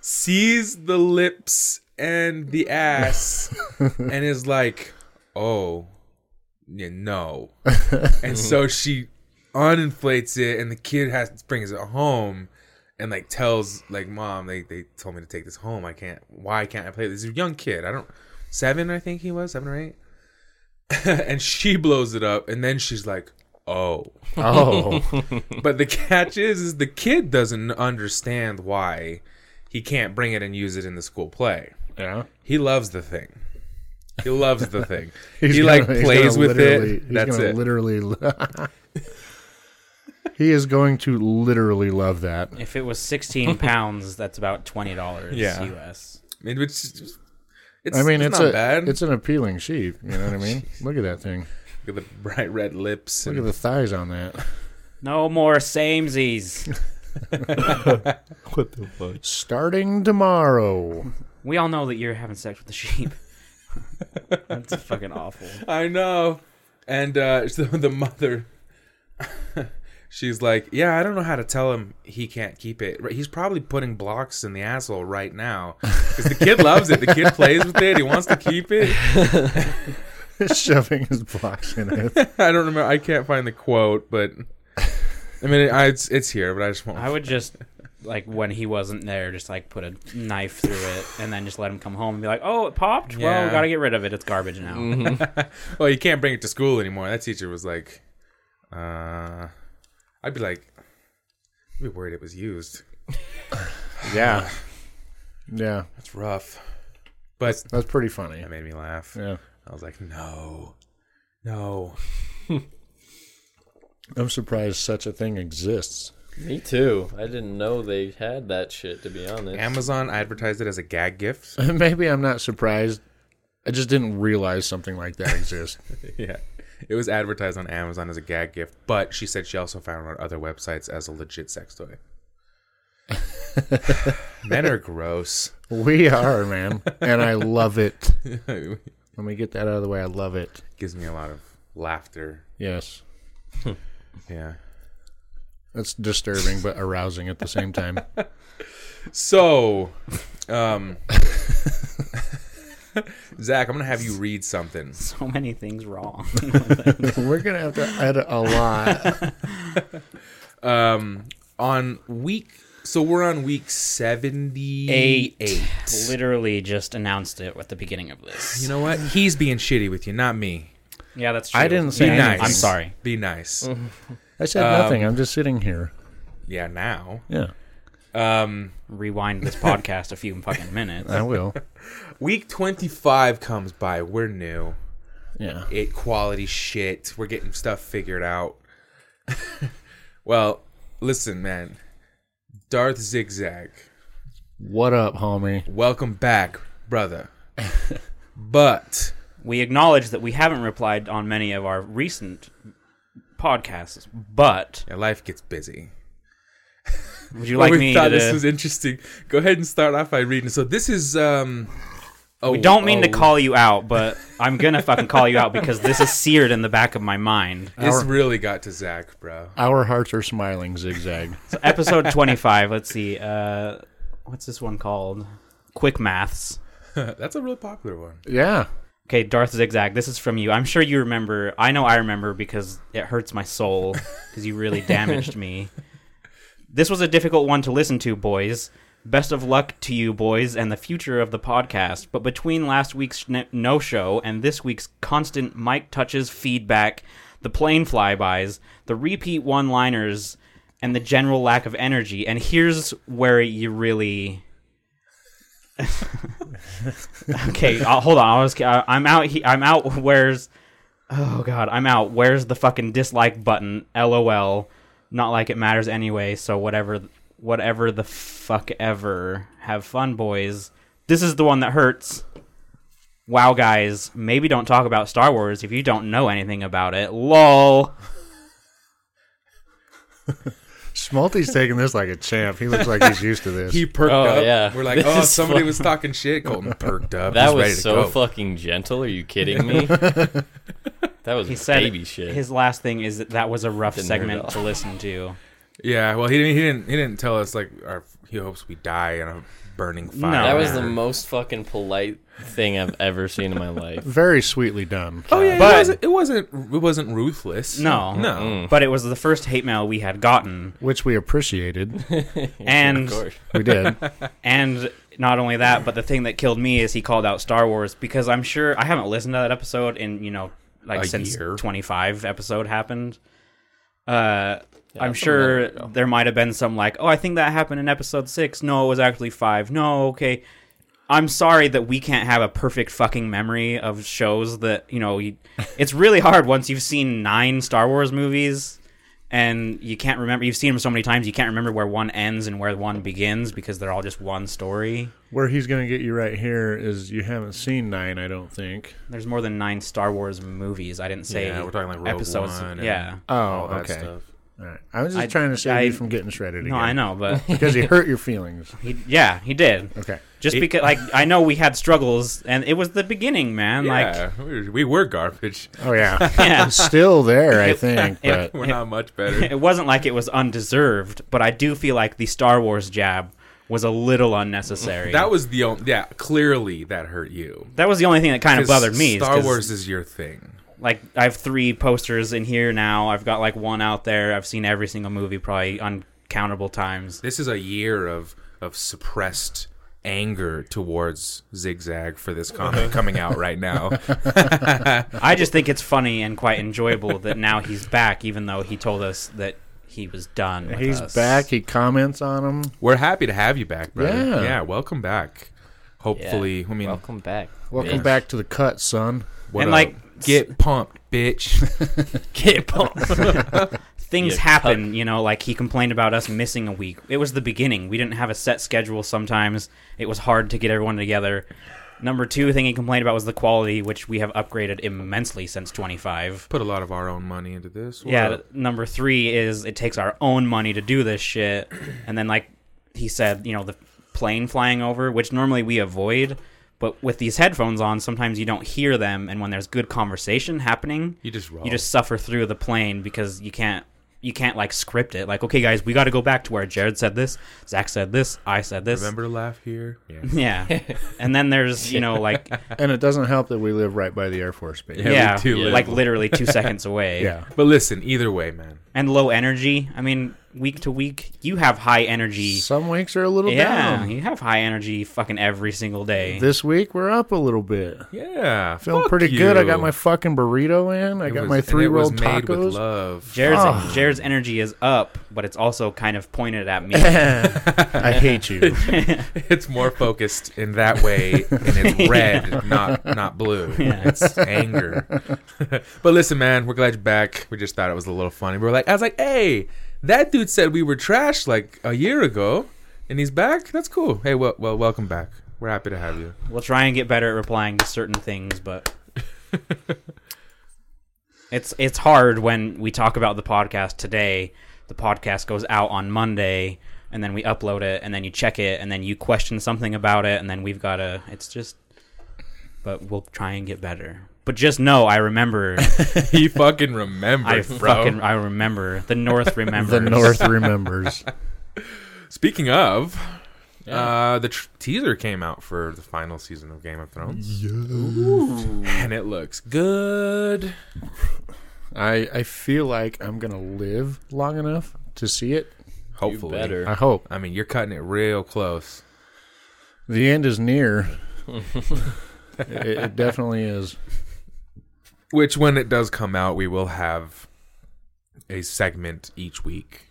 Speaker 1: Sees the lips and the ass and is like, oh, yeah, no. and so she uninflates it, and the kid has brings it home, and like tells like mom, they they told me to take this home. I can't. Why can't I play this? He's a young kid. I don't. Seven, I think he was seven or eight. and she blows it up, and then she's like, oh.
Speaker 2: Oh,
Speaker 1: But the catch is, is the kid doesn't understand why he can't bring it and use it in the school play.
Speaker 2: yeah.
Speaker 1: He loves the thing. He loves the thing.
Speaker 2: He's
Speaker 1: he like
Speaker 2: gonna- he's
Speaker 1: plays
Speaker 2: gonna
Speaker 1: with
Speaker 2: literally-
Speaker 1: it. That's
Speaker 2: gonna
Speaker 1: it.
Speaker 2: Literally, he is going to literally love that.
Speaker 3: If it was 16 pounds, that's about $20
Speaker 1: Yeah.
Speaker 3: US.
Speaker 1: I mean, which is- it's,
Speaker 2: I mean, it's,
Speaker 1: not
Speaker 2: a
Speaker 1: bad.
Speaker 2: it's an appealing sheep. You know what I mean? Look at that thing.
Speaker 1: look at the bright red lips.
Speaker 2: Look
Speaker 1: And,
Speaker 2: at the thighs on that.
Speaker 3: No more samesies.
Speaker 4: What the fuck?
Speaker 2: Starting tomorrow.
Speaker 3: we all know that you're having sex with the sheep. that's fucking awful.
Speaker 1: I know. And uh, so the mother, she's like, "Yeah, I don't know how to tell him he can't keep it. Right- He's probably putting blocks in the asshole right now because the kid loves it. The kid plays with it. He wants to keep it.
Speaker 2: Shoving his blocks in it.
Speaker 1: I don't remember. I can't find the quote, but I mean, I, it's it's here. But I just want.
Speaker 3: I would just like when he wasn't there, just like put a knife through it and then just let him come home and be like, "Oh, it popped. Well,
Speaker 1: Yeah.
Speaker 3: we gotta get rid of it. It's garbage now."
Speaker 2: Mm-hmm.
Speaker 1: Well, you can't bring it to school anymore. That teacher was like, uh, I'd be like, I'd be worried it was used.
Speaker 2: Yeah. Yeah.
Speaker 1: That's rough. But
Speaker 2: That's pretty funny.
Speaker 1: that made me laugh.
Speaker 2: Yeah.
Speaker 1: I was like, no, no.
Speaker 2: I'm surprised such a thing exists.
Speaker 4: Me too. I didn't know they had that shit to be honest.
Speaker 1: Amazon advertised it as a gag gift.
Speaker 2: Maybe I'm not surprised. I just didn't realize something like that exists.
Speaker 1: yeah. It was advertised on Amazon as a gag gift, but she said she also found it on other websites as a legit sex toy. Men are gross.
Speaker 2: we are, man. And I love it.
Speaker 1: Gives
Speaker 2: Let me get that out of the way. I love it.
Speaker 1: me a lot of laughter.
Speaker 2: Yes.
Speaker 1: Yeah.
Speaker 2: That's disturbing but arousing at the same time.
Speaker 1: So, um, Zach, I'm gonna have you read something.
Speaker 3: So many things wrong.
Speaker 2: We're going to have to edit a lot.
Speaker 1: Um, on week, so we're on week seventy-eight.
Speaker 3: Literally just announced it at the beginning of this.
Speaker 1: You know what? He's being shitty with you, not me.
Speaker 3: yeah, that's true.
Speaker 2: I didn't say
Speaker 1: Be
Speaker 3: I'm-
Speaker 1: nice.
Speaker 3: I'm sorry. Mm-hmm.
Speaker 1: Be nice.
Speaker 2: I said nothing. I'm just sitting here.
Speaker 1: Yeah, now.
Speaker 2: Yeah.
Speaker 1: Um,
Speaker 3: Rewind this podcast a few fucking minutes.
Speaker 2: I will.
Speaker 1: week 25 comes by. We're new.
Speaker 2: Yeah.
Speaker 1: It quality shit. We're getting stuff figured out. well, listen, man. Darth Zigzag,
Speaker 2: What up, homie?
Speaker 1: welcome back, brother. but
Speaker 3: We acknowledge that we haven't replied on many of our recent podcasts, but
Speaker 1: yeah, life gets busy.
Speaker 3: would you like
Speaker 1: we
Speaker 3: me
Speaker 1: thought
Speaker 3: to?
Speaker 1: this was interesting. Go ahead and start off by reading. So this is um oh,
Speaker 3: we don't mean to
Speaker 1: oh,
Speaker 3: call you out, but I'm gonna fucking call you out because this is seared in the back of my mind.
Speaker 1: This really got to Zach, bro.
Speaker 2: Our hearts are smiling zigzag.
Speaker 3: So episode 25. Let's see. Uh, what's this one called? Quick maths.
Speaker 1: That's a really popular one.
Speaker 2: yeah.
Speaker 3: Okay, Darth Zigzag, this is from you. I'm sure you remember. I know I remember because it hurts my soul because you really damaged me. This was a difficult one to listen to, boys. Best of luck to you boys and the future of the podcast. But between last week's n- no show and this week's constant mic touches, feedback, the plane flybys, the repeat one liners, and the general lack of energy, and here's where you really. okay, i hold on. I was, I, I'm out. He, I'm out. Where's Oh god, I'm out. Where's the fucking dislike button? LOL. Not like it matters anyway, so whatever whatever the fuck ever. Have fun, boys. This is the one that hurts. Wow, guys, maybe don't talk about Star Wars if you don't know anything about it. LOL.
Speaker 2: Schmalti's taking this like a champ. He looks like he's used to this.
Speaker 1: He perked
Speaker 4: Oh,
Speaker 1: up.
Speaker 4: yeah.
Speaker 1: We're like,
Speaker 4: This
Speaker 1: oh,
Speaker 4: is
Speaker 1: somebody
Speaker 4: fun.
Speaker 1: was talking shit. Colton perked up.
Speaker 4: That
Speaker 1: He's ready
Speaker 4: was
Speaker 1: to
Speaker 4: so
Speaker 1: go.
Speaker 4: fucking gentle. Are you kidding me? that was
Speaker 3: He said
Speaker 4: baby shit.
Speaker 3: his last thing is that that was a rough
Speaker 4: Didn't hurt at
Speaker 3: segment
Speaker 4: all.
Speaker 3: to listen to.
Speaker 1: Yeah, well, he didn't. He didn't. He didn't tell us like our, he hopes we die in a burning fire.
Speaker 3: No.
Speaker 4: that was
Speaker 1: Yeah.
Speaker 4: the most fucking polite thing I've ever seen in my life.
Speaker 2: Very sweetly done.
Speaker 1: Oh yeah,
Speaker 3: But-
Speaker 1: it, wasn't, it wasn't. It wasn't ruthless.
Speaker 3: No.
Speaker 1: no.
Speaker 4: Mm.
Speaker 3: But it was the first hate mail we had gotten.
Speaker 2: Which we appreciated.
Speaker 3: And
Speaker 4: Of course.
Speaker 2: We did.
Speaker 3: And not only that, but the thing that killed me is he called out Star Wars because I'm sure I haven't listened to that episode in you know like
Speaker 1: A
Speaker 3: since
Speaker 1: year.
Speaker 3: 25 episode happened. Uh,
Speaker 4: Yeah,
Speaker 3: I'm
Speaker 4: that's a minute
Speaker 3: sure
Speaker 4: ago.
Speaker 3: there might have been some like, oh, I think that happened in episode six. No, it was actually five. No, okay. I'm sorry that we can't have a perfect fucking memory of shows that you know. You, it's really hard once you've seen nine Star Wars movies and you can't remember. You've seen them so many times, you can't remember where one ends and where one begins because they're all just one story.
Speaker 2: Where he's going to get you right here is you haven't seen nine, I don't think.
Speaker 3: There's more than nine Star Wars movies. I didn't say
Speaker 1: Yeah, we're talking like Rogue
Speaker 3: episodes.
Speaker 1: One and
Speaker 3: yeah.
Speaker 2: Oh,
Speaker 1: all that
Speaker 2: okay.
Speaker 1: stuff.
Speaker 2: All right. I was just
Speaker 3: I-
Speaker 2: trying to save
Speaker 3: I-
Speaker 2: you from getting shredded
Speaker 3: No,
Speaker 2: again.
Speaker 3: I know, but
Speaker 2: Because he hurt your feelings.
Speaker 3: he, yeah, he did.
Speaker 2: Okay.
Speaker 3: Just
Speaker 1: It-
Speaker 3: because, like, I know we had struggles, and it was the beginning, man. Like,
Speaker 1: yeah, we were- we were garbage.
Speaker 2: Oh, yeah.
Speaker 3: yeah,
Speaker 2: It's still there, I think.
Speaker 3: Yeah.
Speaker 2: But
Speaker 1: We're not much better.
Speaker 3: it wasn't like it was undeserved, but I do feel like the Star Wars jab was a little unnecessary.
Speaker 1: That was the only. Yeah, clearly that hurt you.
Speaker 3: that was the only thing that kind of
Speaker 1: 'Cause
Speaker 3: bothered me. is
Speaker 1: Star
Speaker 3: 'cause,
Speaker 1: Wars is your thing.
Speaker 3: Like, I have three posters in here now. I've got like one out there. I've seen every single movie probably uncountable times.
Speaker 1: This is a year of of suppressed anger towards Zigzag for this comic
Speaker 4: Uh-huh.
Speaker 1: coming out right now.
Speaker 3: I just think it's funny and quite enjoyable that now he's back, even though he told us that he was done. with
Speaker 2: he's
Speaker 3: us.
Speaker 2: back. He comments on him.
Speaker 1: We're happy to have you back, brother.
Speaker 2: Yeah.
Speaker 1: Yeah, welcome back. Hopefully, I mean,
Speaker 4: Welcome back.
Speaker 2: Welcome
Speaker 4: bitch.
Speaker 2: back to the cut, son.
Speaker 1: what
Speaker 3: And,
Speaker 1: up?
Speaker 3: like,
Speaker 1: get pumped, bitch.
Speaker 4: Get pumped.
Speaker 3: things
Speaker 4: Yeah,
Speaker 3: happen, you know, like he complained about us missing a week. It was the beginning. We didn't have a set schedule sometimes. It was hard to get everyone together. Number two thing he complained about was the quality, which we have upgraded immensely since 25.
Speaker 1: Put a lot of our own money into this. What
Speaker 3: yeah,
Speaker 1: up?
Speaker 3: number three is it takes our own money to do this shit. And then, like he said, you know, the plane flying over, which normally we avoid. But with these headphones on, sometimes you don't hear them. And when there's good conversation happening,
Speaker 1: you just roll.
Speaker 3: you just suffer through the plane because you can't you can't like script it like okay guys we got to go back to where jared said this zach said this i said this
Speaker 1: remember to laugh here. Yeah.
Speaker 3: yeah and then there's you know like
Speaker 2: And it doesn't help that we live right by the Air Force Base.
Speaker 1: Yeah, we
Speaker 3: yeah,
Speaker 1: do live-
Speaker 3: like literally two seconds away
Speaker 2: Yeah.
Speaker 1: But listen, either way, man.
Speaker 3: and low energy i mean week to week you have high energy
Speaker 2: Some weeks are a little
Speaker 3: yeah
Speaker 2: down.
Speaker 3: you have high energy fucking every single day
Speaker 2: This week we're up a little bit.
Speaker 1: Yeah,
Speaker 2: Feeling
Speaker 1: fuck
Speaker 2: pretty
Speaker 1: you.
Speaker 2: good. I got my fucking burrito in. I
Speaker 1: It
Speaker 2: got
Speaker 1: was-
Speaker 2: my
Speaker 1: and it
Speaker 2: three rolled
Speaker 1: was made With
Speaker 2: tacos.
Speaker 1: love.
Speaker 3: jared's,
Speaker 2: Oh.
Speaker 3: jared's energy is up but it's also kind of pointed at me
Speaker 2: I hate you.
Speaker 1: It's more focused in that way, and it's red, not not blue.
Speaker 3: Yeah.
Speaker 1: It's anger. but listen, man, we're glad you're back. We just thought it was a little funny. We were like, I was like, hey, that dude said we were trash like a year ago, and he's back. That's cool. Hey, well, well, welcome back. We're happy to have you.
Speaker 3: We'll try and get better at replying to certain things, but it's it's hard when we talk about the podcast today. The podcast goes out on Monday, and then we upload it, and then you check it, and then you question something about it, and then we've got to. It's just, but we'll try and get better. But just know, I remember.
Speaker 1: He fucking remembers,
Speaker 3: I
Speaker 1: bro.
Speaker 3: fucking I remember. The North remembers.
Speaker 2: the North remembers.
Speaker 1: Speaking of, uh, the tr- teaser came out for the final season of Game of Thrones, and it looks good.
Speaker 2: I I feel like I'm gonna live long enough to see it.
Speaker 1: Hopefully.
Speaker 4: better.
Speaker 2: I hope
Speaker 1: I mean, you're cutting it real close.
Speaker 2: the end is near. it, it definitely is.
Speaker 1: Which, when it does come out, we will have a segment each week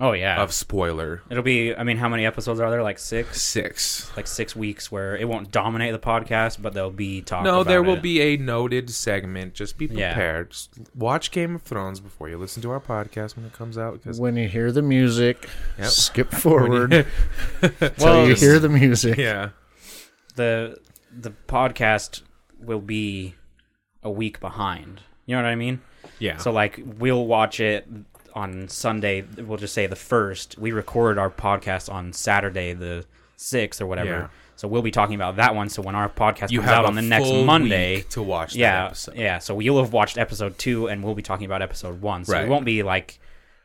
Speaker 3: Oh yeah,
Speaker 1: of spoiler
Speaker 3: it'll be. I mean, how many episodes are there? Like six,
Speaker 1: six.
Speaker 3: like six weeks where it won't dominate the podcast, but there'll be talk.
Speaker 1: No,
Speaker 3: about
Speaker 1: there will
Speaker 3: it.
Speaker 1: be a noted segment. Just be
Speaker 3: Yeah.
Speaker 1: prepared. Just watch Game of Thrones before you listen to our podcast when it comes out. Because
Speaker 2: When you hear the music,
Speaker 1: Yep.
Speaker 2: skip forward till
Speaker 3: Well,
Speaker 2: you
Speaker 3: this-
Speaker 2: hear the music.
Speaker 1: yeah,
Speaker 3: the the podcast will be a week behind. You know what I mean?
Speaker 1: yeah.
Speaker 3: So like we'll watch it on Sunday. We'll just say the first. We record our podcast on Saturday the sixth or whatever.
Speaker 1: Yeah.
Speaker 3: So we'll be talking about that one. So when our podcast
Speaker 1: you
Speaker 3: comes
Speaker 1: have
Speaker 3: out
Speaker 1: a
Speaker 3: on the next
Speaker 1: full
Speaker 3: Monday,
Speaker 1: week to watch. that
Speaker 3: yeah,
Speaker 1: episode.
Speaker 3: yeah. So you'll have watched episode two, and we'll be talking about episode one. So
Speaker 1: Right.
Speaker 3: it won't be like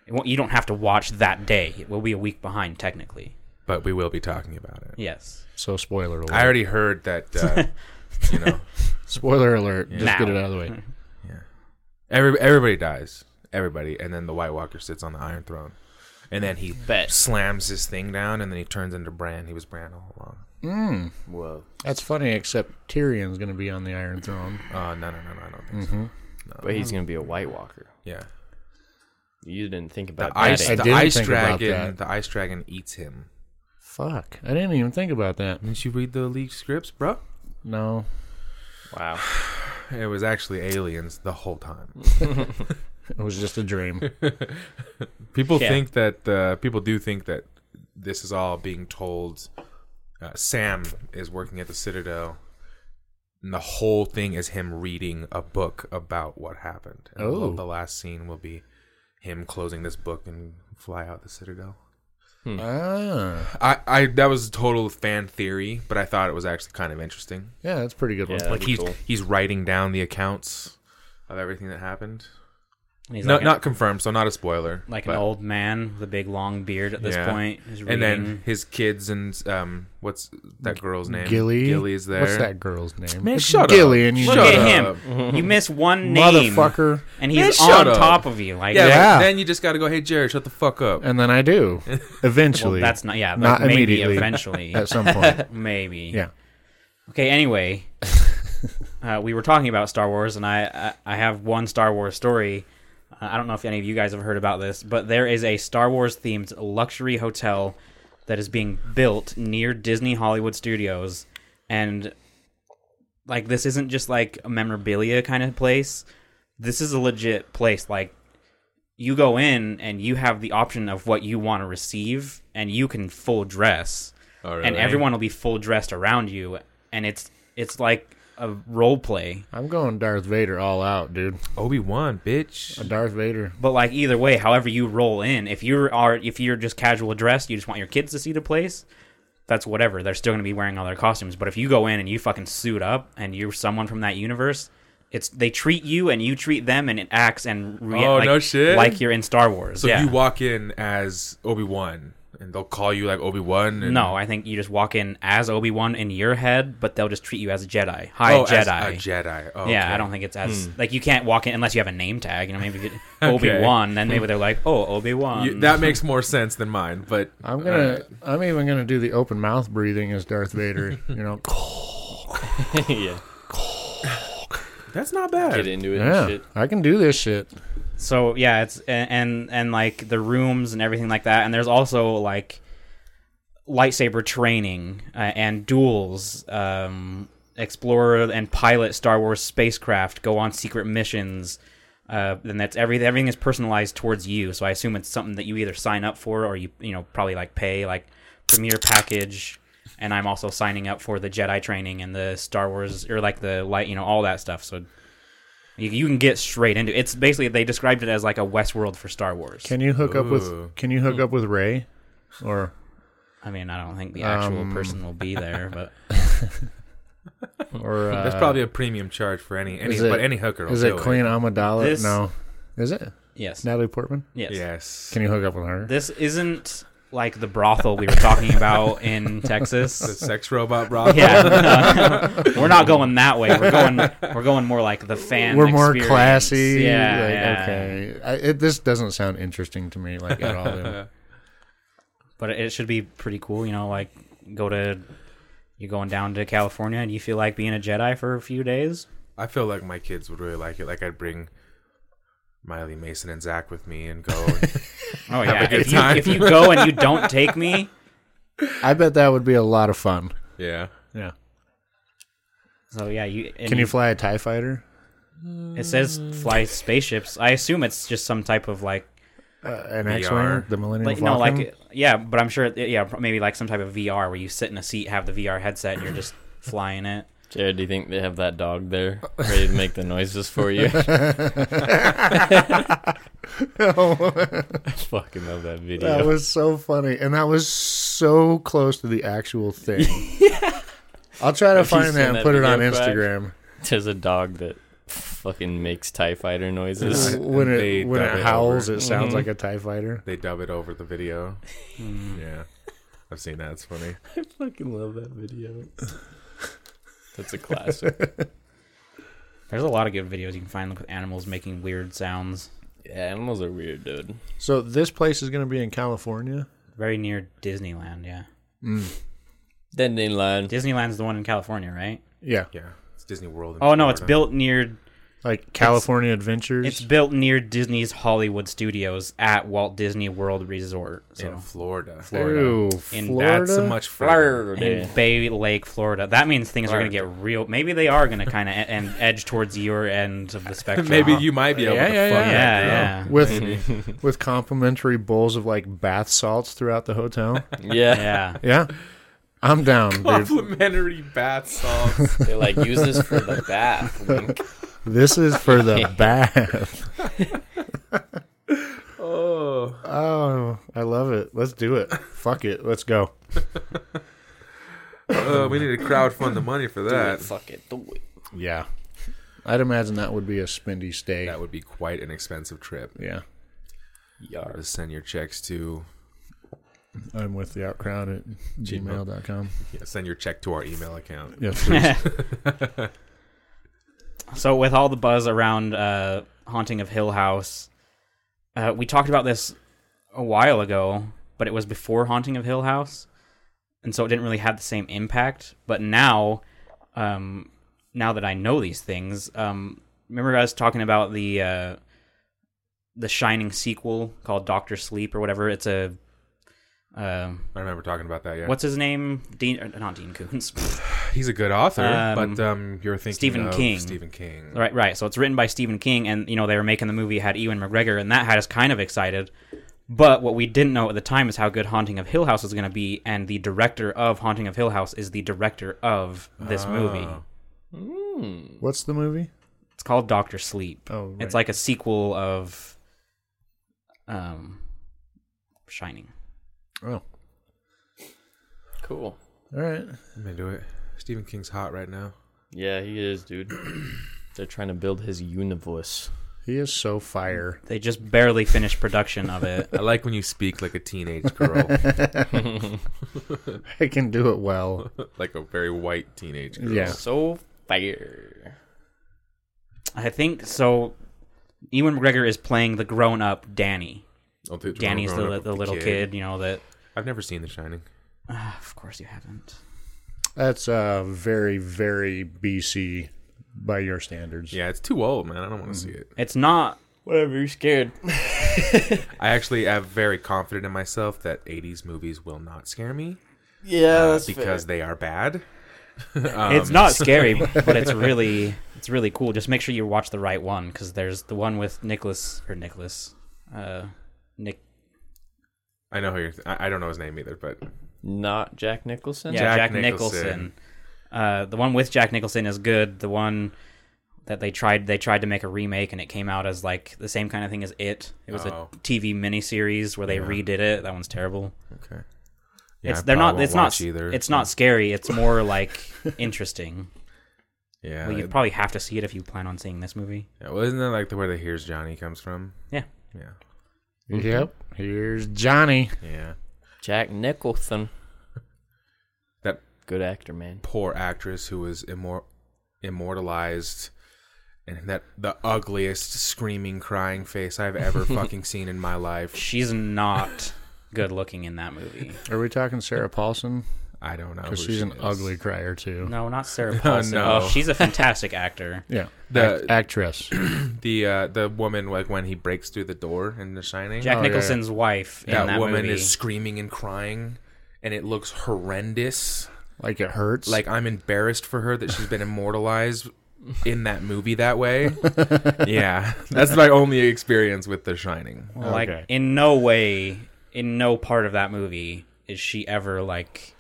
Speaker 3: it won't, you don't have to watch that day. It will be a week behind technically.
Speaker 1: but we will be talking about it.
Speaker 3: Yes.
Speaker 2: So spoiler alert.
Speaker 1: I already heard that. Uh, you know,
Speaker 2: spoiler alert. Just
Speaker 3: Now.
Speaker 2: get it out of the way.
Speaker 1: every everybody dies, everybody, and then the White Walker sits on the Iron Throne, and then he
Speaker 4: Bet.
Speaker 1: slams his thing down, and then he turns into Bran. He was Bran all along.
Speaker 4: Whoa.
Speaker 2: That's funny. Except Tyrion's going to be on the Iron Throne.
Speaker 1: Uh, no, no, no, no, I don't think
Speaker 2: Mm-hmm.
Speaker 1: so.
Speaker 4: But he's gonna be a White Walker.
Speaker 1: Yeah,
Speaker 4: You didn't think
Speaker 1: the
Speaker 4: about that.
Speaker 1: ice,
Speaker 2: I
Speaker 4: eh?
Speaker 1: the
Speaker 2: didn't
Speaker 1: ice
Speaker 2: think about
Speaker 1: dragon,
Speaker 2: that.
Speaker 1: the ice dragon eats him.
Speaker 2: Fuck. I didn't even think about that.
Speaker 1: Didn't you read the leaked scripts, bro?
Speaker 2: No.
Speaker 4: Wow.
Speaker 1: It was actually aliens the whole time.
Speaker 2: It was just a dream.
Speaker 1: People
Speaker 3: Yeah.
Speaker 1: think that uh, people do think that this is all being told. Uh, Sam is working at the Citadel, and the whole thing is him reading a book about what happened. And
Speaker 2: Oh.
Speaker 1: the last scene will be him closing this book and fly out the Citadel.
Speaker 2: ah.
Speaker 1: I, I that was total fan theory, but I thought it was actually kind of interesting.
Speaker 2: Yeah, that's a pretty good one.
Speaker 4: Yeah. That'd
Speaker 1: like
Speaker 4: be
Speaker 1: he's
Speaker 4: cool.
Speaker 1: he's writing down the accounts of everything that happened.
Speaker 3: And he's
Speaker 1: No,
Speaker 3: like a-
Speaker 1: not confirmed, so not a spoiler.
Speaker 3: like
Speaker 1: but-
Speaker 3: an old man with a big long beard at this
Speaker 1: Yeah.
Speaker 3: point. He's
Speaker 1: and then
Speaker 3: reading.
Speaker 1: his kids and um, what's that girl's name?
Speaker 2: Gilly.
Speaker 1: Gilly's there.
Speaker 2: What's that girl's name?
Speaker 1: Man,
Speaker 2: It's
Speaker 1: shut
Speaker 2: Gilly
Speaker 1: up.
Speaker 2: and you
Speaker 1: Shut
Speaker 3: look at
Speaker 1: up.
Speaker 3: him. you miss one name,
Speaker 2: motherfucker.
Speaker 3: and
Speaker 1: Man,
Speaker 3: he's
Speaker 1: shut
Speaker 3: on
Speaker 1: up.
Speaker 3: top of you. Like,
Speaker 1: Yeah. like,
Speaker 2: Yeah.
Speaker 1: then you just got to go. Hey, Jared, shut the fuck up.
Speaker 2: And then I do.
Speaker 3: well,
Speaker 2: Eventually.
Speaker 3: that's not. Yeah, like,
Speaker 2: Not
Speaker 3: maybe
Speaker 2: immediately.
Speaker 3: eventually,
Speaker 2: at some point.
Speaker 3: maybe.
Speaker 2: Yeah.
Speaker 3: Okay. Anyway, uh, we were talking about Star Wars, and I I, I have one Star Wars story. Uh, I don't know if any of you guys have heard about this, but there is a Star Wars themed luxury hotel that is being built near Disney Hollywood Studios, and like this isn't just like a memorabilia kind of place. This is a legit place. Like you go in and you have the option of what you want to receive, and you can full dress
Speaker 1: Oh,
Speaker 3: and
Speaker 1: really?
Speaker 3: everyone will be full dressed around you, and it's it's like a role play.
Speaker 2: I'm going Darth Vader all out, dude.
Speaker 1: Obi Wan, bitch.
Speaker 2: A Darth Vader.
Speaker 3: But like either way, however you roll in, if you are if you're just casual dressed, you just want your kids to see the place. That's whatever. They're still going to be wearing all their costumes. But if you go in and you fucking suit up and you're someone from that universe, it's they treat you and you treat them, and it acts and re-
Speaker 1: Oh,
Speaker 3: like,
Speaker 1: no shit.
Speaker 3: like you're in Star Wars.
Speaker 1: So
Speaker 3: yeah.
Speaker 1: you walk in as Obi Wan, and they'll call you like Obi Wan. and
Speaker 3: no, I think you just walk in as Obi Wan in your head, but they'll just treat you as a Jedi. Hi,
Speaker 1: oh,
Speaker 3: Jedi.
Speaker 1: as a Jedi. Oh,
Speaker 3: Yeah,
Speaker 1: okay.
Speaker 3: I don't think it's as like you can't walk in unless you have a name tag. You know, maybe you get Obi Wan, then maybe they're like, oh, Obi
Speaker 1: Hmm. You-
Speaker 3: Wan.
Speaker 1: that makes more sense than mine. But uh,
Speaker 2: I'm gonna. I'm even gonna do the open mouth breathing as Darth Vader. You know,
Speaker 4: yeah.
Speaker 1: that's not bad.
Speaker 4: Get into it and
Speaker 2: yeah,
Speaker 4: shit.
Speaker 2: I can do this shit.
Speaker 3: So yeah, it's and, and and like the rooms and everything like that, and there's also like lightsaber training uh, and duels. Um, explore and pilot Star Wars spacecraft, go on secret missions. Uh, and that's every everything is personalized towards you. So I assume it's something that you either sign up for or you you know probably like pay like premier package. And I'm also signing up for the Jedi training and the Star Wars or like the light you know all that stuff. So you, you can get straight into it. it's basically they described it as like a Westworld for Star Wars.
Speaker 2: Can you hook up
Speaker 1: Ooh.
Speaker 2: with? Can you hook up with Ray? Or
Speaker 3: I mean, I don't think the actual
Speaker 2: Um,
Speaker 3: person will be there, but
Speaker 2: or uh,
Speaker 1: That's probably a premium charge for any any
Speaker 2: is it-
Speaker 1: but any hooker. Will
Speaker 2: is it
Speaker 1: do
Speaker 2: Queen Amidala?
Speaker 3: This-
Speaker 2: no, is it
Speaker 3: yes,
Speaker 2: Natalie Portman?
Speaker 3: yes.
Speaker 1: Yes.
Speaker 2: Can you hook up with her?
Speaker 3: This isn't like the brothel we were talking about in
Speaker 1: the
Speaker 3: Texas.
Speaker 1: sex robot brothel.
Speaker 3: Yeah, we're not going that way. We're going we're going more like the fan.
Speaker 2: We're more
Speaker 3: experience.
Speaker 2: classy.
Speaker 3: Yeah,
Speaker 2: like,
Speaker 3: yeah.
Speaker 2: Okay. I, it, this doesn't sound interesting to me, like at all. dude.
Speaker 3: but it should be pretty cool. You know, like go to you're going down to California and you feel like being a Jedi for a few days.
Speaker 1: I feel like my kids would really like it. Like I'd bring Miley, Mason, and Zach with me and go. And
Speaker 3: Oh
Speaker 1: a
Speaker 3: yeah,
Speaker 1: good
Speaker 3: if you,
Speaker 1: time.
Speaker 3: if you go and you don't take me,
Speaker 2: I bet that would be a lot of fun.
Speaker 1: yeah.
Speaker 2: Yeah.
Speaker 3: so yeah, you and
Speaker 2: Can you fly a TIE fighter?
Speaker 3: It says fly spaceships. I assume it's just some type of like,
Speaker 2: Uh, an
Speaker 1: VR.
Speaker 2: X-wing? The Millennium
Speaker 3: like
Speaker 2: Falcon?
Speaker 3: no, like yeah, but I'm sure it- yeah, maybe like some type of VR where you sit in a seat, have the VR headset, and you're just flying it.
Speaker 4: Jared, do you think they have that dog there ready to make the noises for you? I fucking love that video.
Speaker 2: Oh, That was so funny, and that was so close to the actual thing. I'll try to
Speaker 4: Have you
Speaker 2: find
Speaker 4: seen
Speaker 2: that and
Speaker 4: that
Speaker 2: put it on
Speaker 4: video, Craig?
Speaker 2: Instagram
Speaker 4: There's a dog that fucking makes Tie Fighter noises.
Speaker 1: Right.
Speaker 2: when
Speaker 1: They
Speaker 2: it when
Speaker 1: dub
Speaker 2: it
Speaker 1: it
Speaker 2: howls.
Speaker 1: over.
Speaker 2: It sounds
Speaker 3: Mm-hmm.
Speaker 4: Mhm.
Speaker 2: like a Tie Fighter.
Speaker 1: They dub it over the video. yeah. I've seen that. It's funny.
Speaker 4: I fucking love that video. That's a classic.
Speaker 3: There's a lot of good videos you can find with animals making weird sounds.
Speaker 4: yeah, animals are weird, dude.
Speaker 2: So this place is going to be in California.
Speaker 3: Very near Disneyland, yeah.
Speaker 4: Then in line.
Speaker 3: Disneyland's the one in California, right?
Speaker 2: Yeah,
Speaker 1: Yeah. It's Disney World. in
Speaker 3: Oh no, it's
Speaker 1: Florida.
Speaker 3: built near
Speaker 2: like California Adventures.
Speaker 3: it's built near Disney's Hollywood Studios at Walt Disney World Resort. So
Speaker 1: in Florida.
Speaker 3: Florida.
Speaker 2: Ew,
Speaker 3: In-
Speaker 2: Florida.
Speaker 1: That's a much further.
Speaker 4: Florida.
Speaker 3: in Bay Lake, Florida. That means things are going to get real. Maybe they are going to kind of and edge towards your end of the spectrum.
Speaker 1: Maybe you might be able
Speaker 2: Yeah,
Speaker 1: to
Speaker 2: yeah,
Speaker 1: fuck
Speaker 3: Yeah,
Speaker 1: that girl.
Speaker 3: yeah.
Speaker 2: with with complimentary bowls of like bath salts throughout the hotel.
Speaker 4: Yeah.
Speaker 3: Yeah.
Speaker 2: Yeah, I'm down, dude.
Speaker 1: Complimentary bath salts.
Speaker 4: They like use this for the bath. Link.
Speaker 2: This is for the bath.
Speaker 1: oh.
Speaker 2: Oh, I love it. Let's do it. Fuck it. Let's go.
Speaker 1: Uh, we need to crowdfund the money for
Speaker 4: Do it,
Speaker 1: that.
Speaker 4: fuck it. Do it.
Speaker 2: Yeah. I'd imagine that would be a spendy stay.
Speaker 1: That would be quite an expensive trip.
Speaker 2: yeah.
Speaker 4: Yar.
Speaker 1: Just send your checks to
Speaker 2: I'm with the outcrowd at
Speaker 1: Gmail.
Speaker 2: gmail.com.
Speaker 1: yeah, send your check to our email account.
Speaker 2: Yes, please.
Speaker 3: so with all the buzz around uh, haunting of Hill House, uh, we talked about this a while ago, but it was before haunting of Hill House, and so it didn't really have the same impact. But now, um, now that I know these things, um, remember I was talking about the uh, the Shining sequel called Doctor Sleep or whatever. It's a um
Speaker 1: I remember talking about that. Yeah,
Speaker 3: what's his name? Dean, uh, not Dean Koontz.
Speaker 1: he's a good author,
Speaker 3: Um,
Speaker 1: but um, you're thinking
Speaker 3: Stephen
Speaker 1: of
Speaker 3: King.
Speaker 1: Stephen King.
Speaker 3: Right, right. So it's written by Stephen King, and you know they were making the movie had Ewan McGregor, and that had us kind of excited. But what we didn't know at the time is how good Haunting of Hill House was going to be, and the director of Haunting of Hill House is the director of this movie.
Speaker 2: What's the movie?
Speaker 3: It's called Doctor Sleep.
Speaker 2: Oh, right.
Speaker 3: It's like a sequel of, um, Shining.
Speaker 2: Oh, all
Speaker 4: Cool.
Speaker 2: right.
Speaker 1: I'm gonna do it. Stephen King's hot right now.
Speaker 4: Yeah, he is, dude. They're trying to build his universe.
Speaker 2: He is so fire.
Speaker 3: They just barely finished production of it.
Speaker 1: I like when you speak like a teenage girl,
Speaker 2: I can do it well.
Speaker 1: like a very white teenage girl.
Speaker 2: Yeah.
Speaker 4: So fire.
Speaker 3: I think so. Ewan McGregor is playing the grown-up Danny.
Speaker 1: Don't think-
Speaker 3: Danny's
Speaker 1: growing
Speaker 3: the,
Speaker 1: up
Speaker 3: the
Speaker 1: with
Speaker 3: little kid, you know that.
Speaker 1: I've never seen The Shining.
Speaker 3: Ah, of course you haven't.
Speaker 2: That's uh, very, very BC by your standards.
Speaker 1: Yeah, it's too old, man. I
Speaker 3: Mm.
Speaker 1: don't want to see it.
Speaker 3: It's not.
Speaker 4: Whatever, you're scared.
Speaker 1: I actually am very confident in myself that 80s movies will not scare me
Speaker 4: Yeah,
Speaker 1: uh,
Speaker 4: that's
Speaker 1: because they are bad. Um,
Speaker 3: it's not scary, but it's really it's really cool. Just make sure you watch the right one because there's the one with Nicholas or Nicholas, uh, Nick.
Speaker 1: I know who you're. Th- I I don't know his name either, but
Speaker 4: Not Jack Nicholson?
Speaker 3: Yeah,
Speaker 1: Jack
Speaker 3: Jack, Nicholson.
Speaker 1: Nicholson.
Speaker 3: Uh, the one with Jack Nicholson is good. The one that they tried they tried to make a remake and it came out as like the same kind of thing as it. It was
Speaker 1: Oh.
Speaker 3: a TV miniseries where they redid it. That one's terrible.
Speaker 1: okay.
Speaker 3: it's they're not. It's not.
Speaker 1: either.
Speaker 3: It's not scary. It's more like interesting.
Speaker 1: Yeah.
Speaker 3: Well,
Speaker 1: it-
Speaker 3: you probably have to see it if you plan on seeing this movie.
Speaker 1: yeah, well, isn't that like the where the here's Johnny comes from?
Speaker 3: Yeah.
Speaker 1: Yeah.
Speaker 2: Yep. Mm-hmm. Here's Johnny.
Speaker 1: Yeah.
Speaker 4: Jack Nicholson.
Speaker 1: That
Speaker 4: Good actor, man.
Speaker 1: poor actress who was immor- immortalized, and that the ugliest screaming, crying face I've ever fucking seen in my life.
Speaker 3: She's not good looking in that movie.
Speaker 2: Are we talking Sarah Paulson?
Speaker 1: I don't know.
Speaker 2: Because
Speaker 1: who
Speaker 2: she's
Speaker 1: she
Speaker 2: an
Speaker 1: is.
Speaker 2: ugly crier too.
Speaker 3: No, not Sarah Paulson.
Speaker 1: no.
Speaker 3: Oh, she's a fantastic actor.
Speaker 2: Yeah,
Speaker 1: The-
Speaker 2: Act- actress.
Speaker 1: the uh, the woman like when he breaks through the door in The Shining.
Speaker 3: Jack
Speaker 2: Oh, yeah,
Speaker 3: Nicholson's wife in
Speaker 1: that,
Speaker 3: that,
Speaker 1: woman
Speaker 3: movie.
Speaker 1: is screaming and crying, and it looks horrendous.
Speaker 2: Like it hurts.
Speaker 1: Like I'm embarrassed for her that she's been immortalized in that movie that way. yeah, that's my only experience with The Shining.
Speaker 3: like
Speaker 2: Okay.
Speaker 3: in no way, in no part of that movie is she ever like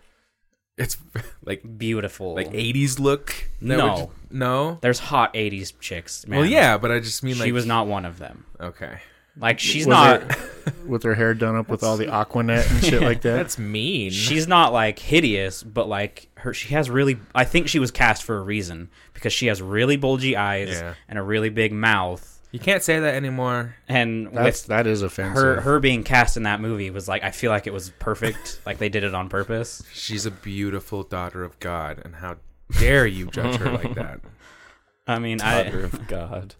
Speaker 1: It's like
Speaker 3: beautiful.
Speaker 1: like 80s look. that
Speaker 3: No.
Speaker 1: would- no.
Speaker 3: There's hot '80s chicks. Man.
Speaker 1: Well, yeah, but I just mean
Speaker 3: she
Speaker 1: like
Speaker 3: was not one of them.
Speaker 1: okay.
Speaker 3: Like she's
Speaker 2: Was
Speaker 3: not.
Speaker 2: with her hair done up with all the Aquanet and shit like that.
Speaker 1: That's mean.
Speaker 3: She's not like hideous, but like her, she has really. I think she was cast for a reason because she has really bulgy eyes
Speaker 1: Yeah.
Speaker 3: and a really big mouth.
Speaker 1: you can't say that anymore.
Speaker 3: And
Speaker 2: That's
Speaker 3: with
Speaker 2: that is offensive.
Speaker 3: her, her being cast in that movie was like, I feel like it was perfect. like they did it on purpose.
Speaker 1: She's a beautiful daughter of God, and how dare you judge her like that?
Speaker 3: I mean, I,
Speaker 4: of God.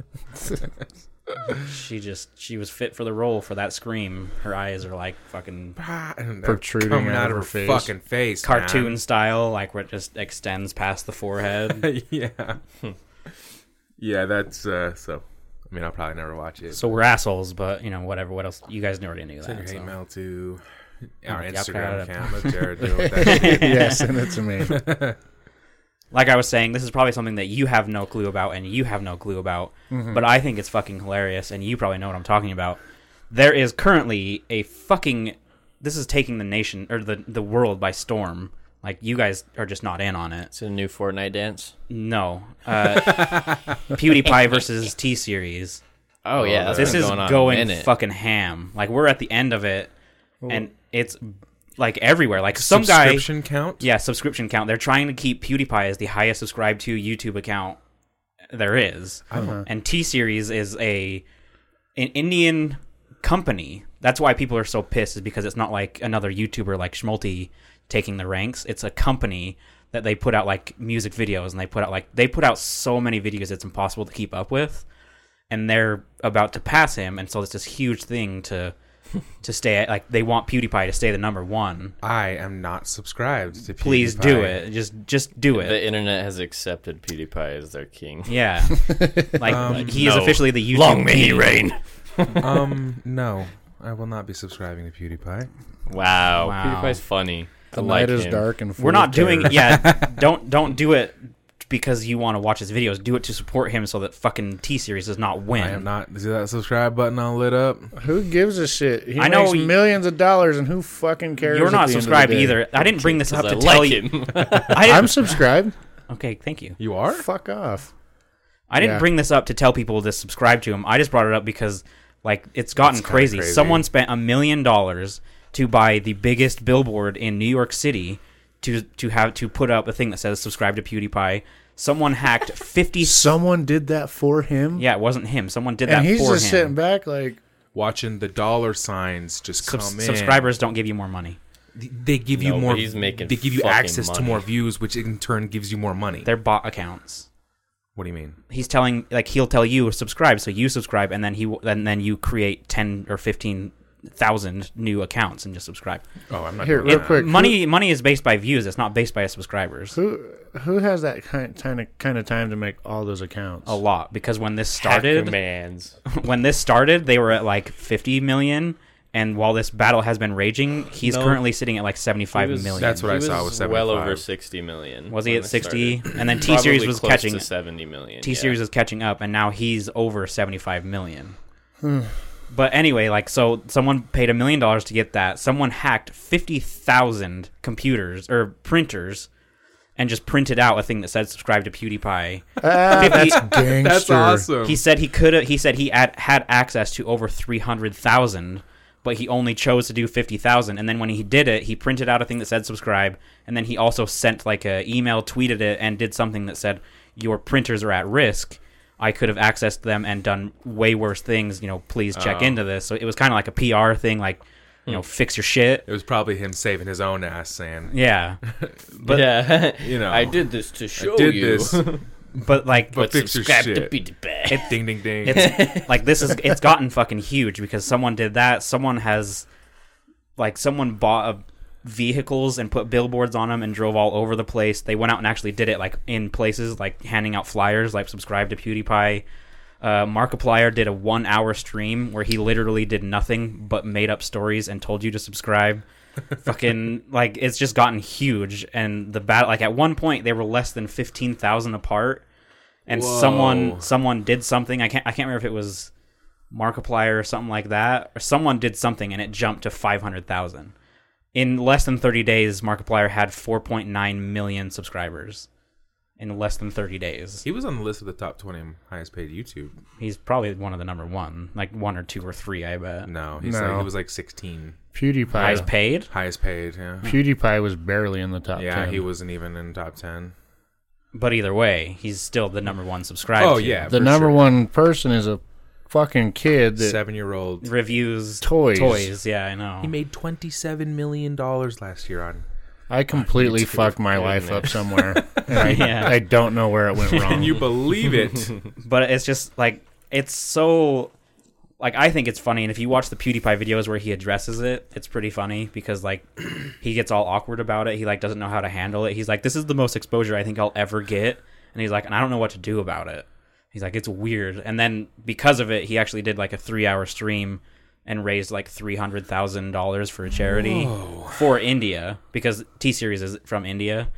Speaker 3: she just she was fit for the role for that scream. Her eyes are like fucking
Speaker 1: Ah, and they're
Speaker 2: Protruding
Speaker 1: coming
Speaker 2: out
Speaker 1: out
Speaker 2: of
Speaker 1: of her
Speaker 2: her face.
Speaker 1: fucking face. man.
Speaker 3: cartoon style, like where it just extends past the forehead.
Speaker 1: yeah. yeah, that's uh so I mean I'll probably never watch it.
Speaker 3: so we're assholes, but you know whatever. What else? You guys already knew
Speaker 1: Send your
Speaker 3: that.
Speaker 1: hate
Speaker 3: so.
Speaker 1: mail to our
Speaker 3: Yeah,
Speaker 1: Instagram
Speaker 3: proud.
Speaker 1: account. Let Jared deal with that.
Speaker 2: yeah, send it to me.
Speaker 3: like I was saying, this is probably something that you have no clue about and you have no clue about, but I think it's fucking hilarious and you probably know what I'm talking about. There is currently a fucking this is taking the nation or the the world by storm. Like you guys are just not in on it.
Speaker 4: It's a new Fortnite dance.
Speaker 3: No. Uh, PewDiePie versus T series.
Speaker 4: Oh, yeah, that's
Speaker 3: This
Speaker 4: been
Speaker 3: is
Speaker 4: going, on
Speaker 3: going
Speaker 4: a minute.
Speaker 3: fucking ham. Like we're at the end of it and it's like everywhere. Like some guy
Speaker 1: subscription count?
Speaker 3: yeah, subscription count. They're trying to keep PewDiePie as the highest subscribed to YouTube account there is. And T Series is a an Indian company. That's why people are so pissed is because it's not like another YouTuber like Schmulty taking the ranks. It's a company that they put out like music videos and they put out like they put out so many videos it's impossible to keep up with. And they're about to pass him and so it's this huge thing to to stay at like they want PewDiePie to stay the number one
Speaker 1: I am not subscribed to
Speaker 3: please
Speaker 1: PewDiePie.
Speaker 3: do it. Just just do
Speaker 4: The
Speaker 3: it.
Speaker 4: internet has accepted PewDiePie as their king.
Speaker 3: Yeah, like
Speaker 2: Um,
Speaker 3: he is
Speaker 4: no.
Speaker 3: officially the YouTube. king.
Speaker 1: Um no. I will not be subscribing to PewDiePie.
Speaker 4: Wow,
Speaker 3: Wow.
Speaker 4: PewDiePie's funny.
Speaker 2: The
Speaker 4: I
Speaker 2: night
Speaker 4: like
Speaker 2: is
Speaker 4: him.
Speaker 2: dark and full
Speaker 3: We're not
Speaker 2: of terror.
Speaker 3: doing it. Yeah, don't don't do it because you want to watch his videos. Do it to support him so that fucking T series does not win.
Speaker 1: I am not see that subscribe button all lit up.
Speaker 2: Who gives a shit? He
Speaker 3: e- I know
Speaker 2: makes
Speaker 3: you-
Speaker 2: millions of dollars, and who fucking cares?
Speaker 3: You're
Speaker 2: at
Speaker 3: not
Speaker 2: the end of the
Speaker 3: subscribed
Speaker 2: day?
Speaker 3: either. I didn't bring this up
Speaker 4: I
Speaker 3: to
Speaker 4: like
Speaker 3: tell you.
Speaker 4: him.
Speaker 3: I
Speaker 2: I'm
Speaker 3: didn't,
Speaker 2: subscribed.
Speaker 3: okay, thank you.
Speaker 1: You are?
Speaker 2: Fuck off.
Speaker 3: I didn't
Speaker 2: Yeah.
Speaker 3: bring this up to tell people to subscribe to him. I just brought it up because like it's gotten
Speaker 1: It's kinda
Speaker 3: crazy.
Speaker 1: crazy.
Speaker 3: Someone spent a million dollars to buy the biggest billboard in New York City to to have to put up a thing that says subscribe to PewDiePie. Someone hacked fifty.
Speaker 2: Someone did that for him,
Speaker 3: yeah, it wasn't him. Someone did
Speaker 2: and
Speaker 3: that
Speaker 2: he's
Speaker 3: for
Speaker 2: just sitting
Speaker 3: him.
Speaker 2: back like,
Speaker 1: Watching the dollar signs just
Speaker 3: Subs-
Speaker 2: Oh,
Speaker 1: come in.
Speaker 3: subscribers don't give you more money.
Speaker 1: they give you
Speaker 4: No, but
Speaker 1: more
Speaker 4: he's making
Speaker 1: they give you
Speaker 4: fucking
Speaker 1: access to
Speaker 4: money.
Speaker 1: more views which in turn gives you more money
Speaker 3: They're bot accounts.
Speaker 1: what do you mean
Speaker 3: He's telling like he'll tell you subscribe, so you subscribe, and then he w- and then you create ten or fifteen thousand new accounts and just subscribe.
Speaker 1: oh i'm not
Speaker 2: Here,
Speaker 1: doing
Speaker 2: real
Speaker 1: that.
Speaker 2: quick.
Speaker 3: money money is based by views. It's not based by subscribers.
Speaker 2: who who has that kind kind of kind of time to make all those accounts?
Speaker 1: Oh,
Speaker 3: a lot because when this
Speaker 4: Hacker
Speaker 3: started
Speaker 4: man's.
Speaker 3: when this started they were at like 50 million and while this battle has been raging he's
Speaker 4: No.
Speaker 3: currently sitting at like
Speaker 4: He
Speaker 3: 75 million.
Speaker 4: was-
Speaker 1: That's what
Speaker 4: he
Speaker 1: I saw was
Speaker 4: well
Speaker 1: 75.
Speaker 4: over sixty million.
Speaker 3: was he
Speaker 4: when
Speaker 3: at
Speaker 4: this
Speaker 3: 60
Speaker 4: started.
Speaker 3: and then T series
Speaker 4: Probably
Speaker 3: was
Speaker 4: close
Speaker 3: catching
Speaker 4: to seventy million.
Speaker 3: T series
Speaker 4: yeah.
Speaker 3: is catching up and now he's over 75 million but anyway like so someone paid a million dollars to get that someone hacked 50,000 computers or printers and just printed out a thing that said subscribe to PewDiePie
Speaker 2: Ah, that's gangster.
Speaker 1: that's awesome
Speaker 3: He said he could have. He said he had, had access to over three hundred thousand, but he only chose to do fifty thousand. And then when he did it, he printed out a thing that said subscribe, and then he also sent like a email, tweeted it, and did something that said your printers are at risk. I could have accessed them and done way worse things. You know, please
Speaker 1: Oh.
Speaker 3: check into this. So it was kind of like a PR thing, like
Speaker 1: Hmm.
Speaker 3: you know, fix your shit.
Speaker 1: it was probably him saving his own ass saying
Speaker 3: Yeah, but-
Speaker 4: yeah,
Speaker 1: you know,
Speaker 4: I did this to show
Speaker 1: i did
Speaker 4: you.
Speaker 1: this
Speaker 3: but like,
Speaker 1: but fix your
Speaker 4: Subscribe to
Speaker 1: shit
Speaker 4: PewDiePie.
Speaker 1: ding ding ding
Speaker 3: it's like this is it's gotten fucking huge because someone did that. Someone has like someone bought a vehicles and put billboards on them and drove all over the place. They went out and actually did it like in places, like handing out flyers, like subscribe to PewDiePie. Uh, Markiplier did a one hour stream where he literally did nothing but made up stories and told you to subscribe. Fucking like it's just gotten huge, and the battle like at one point they were less than fifteen thousand apart, and someone someone did something. I can't I can't remember if it was Markiplier or something like that, or someone did something and it jumped to five hundred thousand in less than 30 days, Markiplier had 4.9 million subscribers. In less than 30 days,
Speaker 1: He was on the list of the top 20 highest paid YouTube.
Speaker 3: he's probably one of the number one, like one or two or three, I bet.
Speaker 1: No, he's
Speaker 2: No.
Speaker 1: like he was like 16
Speaker 2: PewDiePie.
Speaker 3: Highest paid.
Speaker 1: highest paid. Yeah,
Speaker 2: PewDiePie was barely in the top.
Speaker 1: yeah,
Speaker 2: 10.
Speaker 1: he wasn't even in top 10.
Speaker 3: But either way, he's still the number one subscriber.
Speaker 1: Oh yeah,
Speaker 2: The
Speaker 1: for
Speaker 2: number
Speaker 1: sure.
Speaker 2: one person is a fucking kid that
Speaker 1: seven year old.
Speaker 3: Reviews
Speaker 2: Toys.
Speaker 3: Toys. Yeah, I know.
Speaker 1: He made 27 million dollars last year on.
Speaker 2: I completely
Speaker 1: YouTube,
Speaker 2: fucked my
Speaker 1: isn't
Speaker 2: life
Speaker 1: it?
Speaker 2: up somewhere. and I,
Speaker 3: Yeah.
Speaker 2: I don't know where it went
Speaker 1: Can
Speaker 2: wrong.
Speaker 1: you believe it?
Speaker 3: but it's just like it's so like I think it's funny, and if you watch the PewDiePie videos where he addresses it, it's pretty funny because like he gets all awkward about it. He like doesn't know how to handle it. He's like, "This is the most exposure I think I'll ever get," and he's like, "And I don't know what to do about it." He's like, "It's weird." And then because of it, he actually did like a three-hour stream and raised like three hundred thousand dollars for a charity for India because T Series is from India.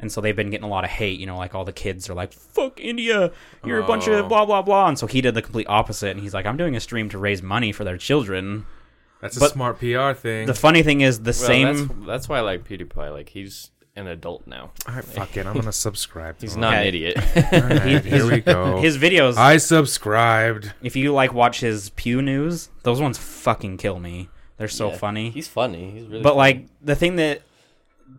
Speaker 3: And so they've been getting a lot of hate, you know, like all the kids are like, fuck India, you're a bunch of
Speaker 1: Oh.
Speaker 3: blah, blah, blah. And so he did the complete opposite. And he's like, I'm doing a stream to raise money for their children.
Speaker 1: That's a
Speaker 3: But-
Speaker 1: smart PR thing.
Speaker 3: The funny thing is, the same.
Speaker 4: That's, that's why I like PewDiePie. Like he's an adult now.
Speaker 1: All right, fuck it. I'm gonna subscribe. to
Speaker 4: He's
Speaker 1: him.
Speaker 4: not
Speaker 3: Yeah.
Speaker 4: an idiot.
Speaker 1: All right, here we go.
Speaker 3: His videos,
Speaker 1: I subscribed.
Speaker 3: if you like watch his Pew News, those ones fucking kill me. They're so
Speaker 4: Yeah.
Speaker 3: funny.
Speaker 4: He's funny. He's really.
Speaker 3: But
Speaker 4: funny.
Speaker 3: like the thing that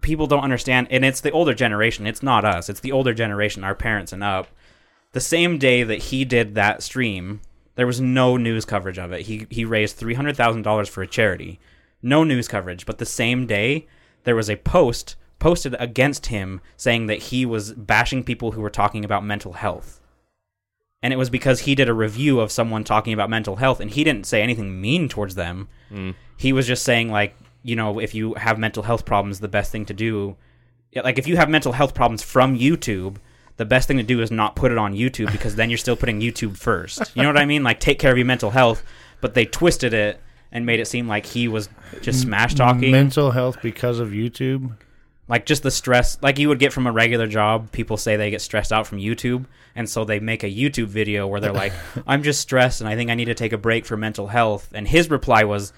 Speaker 3: people don't understand, and it's the older generation. It's not us. It's the older generation, our parents and up. The same day that he did that stream, there was no news coverage of it. He he raised three hundred thousand dollars for a charity, no news coverage. But the same day, there was a post posted against him saying that he was bashing people who were talking about mental health. And it was because he did a review of someone talking about mental health, and he didn't say anything mean towards them he was just saying like you know if you have mental health problems the best thing to do yeah, like if you have mental health problems from youtube the best thing to do is not put it on youtube because then you're still putting youtube first you know what i mean like take care of your mental health but they twisted it and made it seem like he was just smash talking
Speaker 2: Mental health because of YouTube.
Speaker 3: like just the stress like you would get from a regular job people say they get stressed out from youtube and so they make a youtube video where they're like i'm just stressed and i think i need to take a break for mental health and his reply was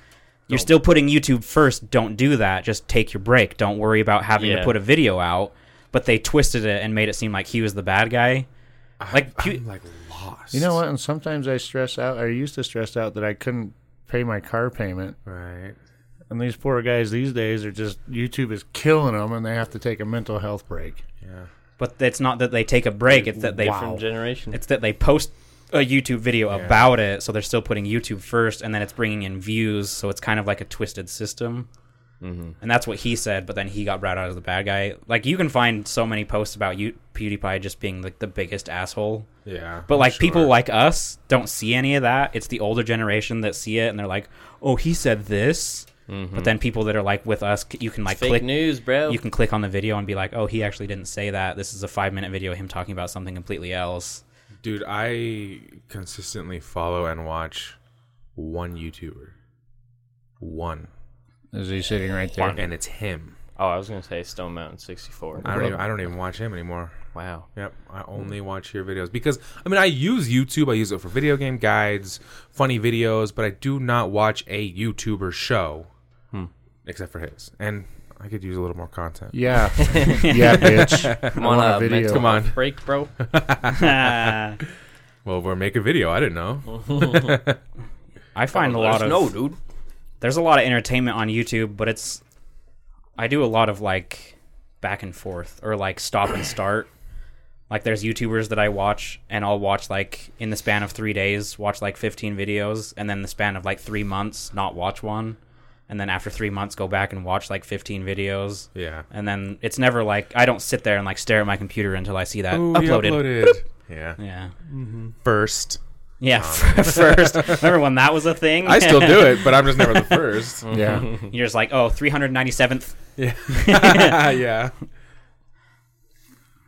Speaker 3: you're still putting youtube first don't do that just take your break don't worry about having to
Speaker 4: Yeah.
Speaker 3: put a video out but they twisted it and made it seem like he was the bad guy like Pew-
Speaker 1: I'm like lost.
Speaker 2: You know what? And sometimes I stress out. I used to stress out that I couldn't pay my car payment.
Speaker 1: Right.
Speaker 2: And these poor guys these days are just YouTube is killing them, and they have to take a mental health break.
Speaker 1: Yeah.
Speaker 3: but it's not that they take a break it's that they
Speaker 4: different generation.
Speaker 3: It's that they post a YouTube video about it, so they're still putting YouTube first, and then it's bringing in views. So it's kind of like a twisted system.
Speaker 4: Mm-hmm.
Speaker 3: And that's what he said, but then he got brought out as the bad guy. Like you can find so many posts about you, PewDiePie just being like the biggest asshole.
Speaker 1: Yeah.
Speaker 3: But
Speaker 1: I'm
Speaker 3: like people
Speaker 1: sure.
Speaker 3: like us don't see any of that. It's the older generation that see it and they're like, "Oh, he said this." But then people that are like with us, c- you can like
Speaker 4: Mm-hmm. fake
Speaker 3: click
Speaker 4: news, bro.
Speaker 3: you can click on the video and be like, "Oh, he actually didn't say that. This is a 5-minute video of him talking about something completely else."
Speaker 1: dude, I consistently follow and watch one YouTuber. One,
Speaker 2: Is he sitting right there?
Speaker 1: and it's him.
Speaker 4: oh, I was gonna say Stone Mountain '64.
Speaker 1: I don't. Even, I don't even watch him anymore.
Speaker 4: Wow.
Speaker 1: Yep, I only watch your videos because I mean I use YouTube. I use it for video game guides, funny videos, but I do not watch a YouTuber show, except for his. And I could use a little more content.
Speaker 2: Yeah, yeah, bitch.
Speaker 4: Come
Speaker 2: I want
Speaker 4: on,
Speaker 2: a
Speaker 4: up,
Speaker 2: video.
Speaker 4: Mexico
Speaker 1: Come on.
Speaker 4: break, bro.
Speaker 1: Well, we're make a video. I didn't know. Oh,
Speaker 3: I find a
Speaker 4: Let us
Speaker 3: lot of
Speaker 4: know, dude.
Speaker 3: there's a lot of entertainment on YouTube, but it's I do a lot of like back and forth or like stop and start. Like there's YouTubers that I watch and I'll watch like in the span of 3 days, watch like 15 videos and then the span of like 3 months not watch one and then after 3 months go back and watch like 15 videos.
Speaker 1: Yeah.
Speaker 3: And then it's never like I don't sit there and like stare at my computer until I see that
Speaker 1: Ooh, he
Speaker 3: uploaded.
Speaker 1: uploaded. Yeah.
Speaker 3: Yeah.
Speaker 1: First.
Speaker 3: Yeah, first. Remember when that was a thing?
Speaker 1: I still do it, but I'm just never the first.
Speaker 2: Yeah.
Speaker 3: You're just like, oh, 397th.
Speaker 1: yeah. yeah.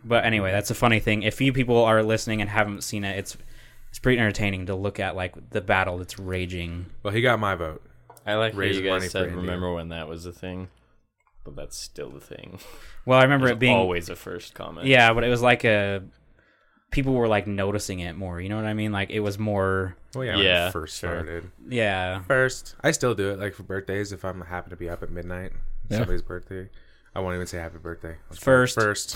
Speaker 3: But anyway, that's a funny thing. If you people are listening and haven't seen it, it's it's pretty entertaining to look at like the battle that's raging.
Speaker 1: Well, he got my vote.
Speaker 4: I like how
Speaker 1: Raise
Speaker 4: you
Speaker 1: money
Speaker 4: guys
Speaker 1: for
Speaker 4: said
Speaker 1: India.
Speaker 4: remember when that was a thing, but that's still a thing.
Speaker 3: Well, I remember
Speaker 4: There's
Speaker 3: it being
Speaker 4: always a first comment.
Speaker 3: yeah, but it was like a people were like noticing it more. You know what I mean? Like it was more
Speaker 1: Well, yeah, when
Speaker 4: Yeah,
Speaker 1: I first
Speaker 4: sure.
Speaker 1: started.
Speaker 3: yeah.
Speaker 1: First, I still do it. Like for birthdays, if I'm happen to be up at midnight,
Speaker 2: Yeah.
Speaker 1: somebody's birthday, I won't even say happy birthday. I'll just
Speaker 3: First.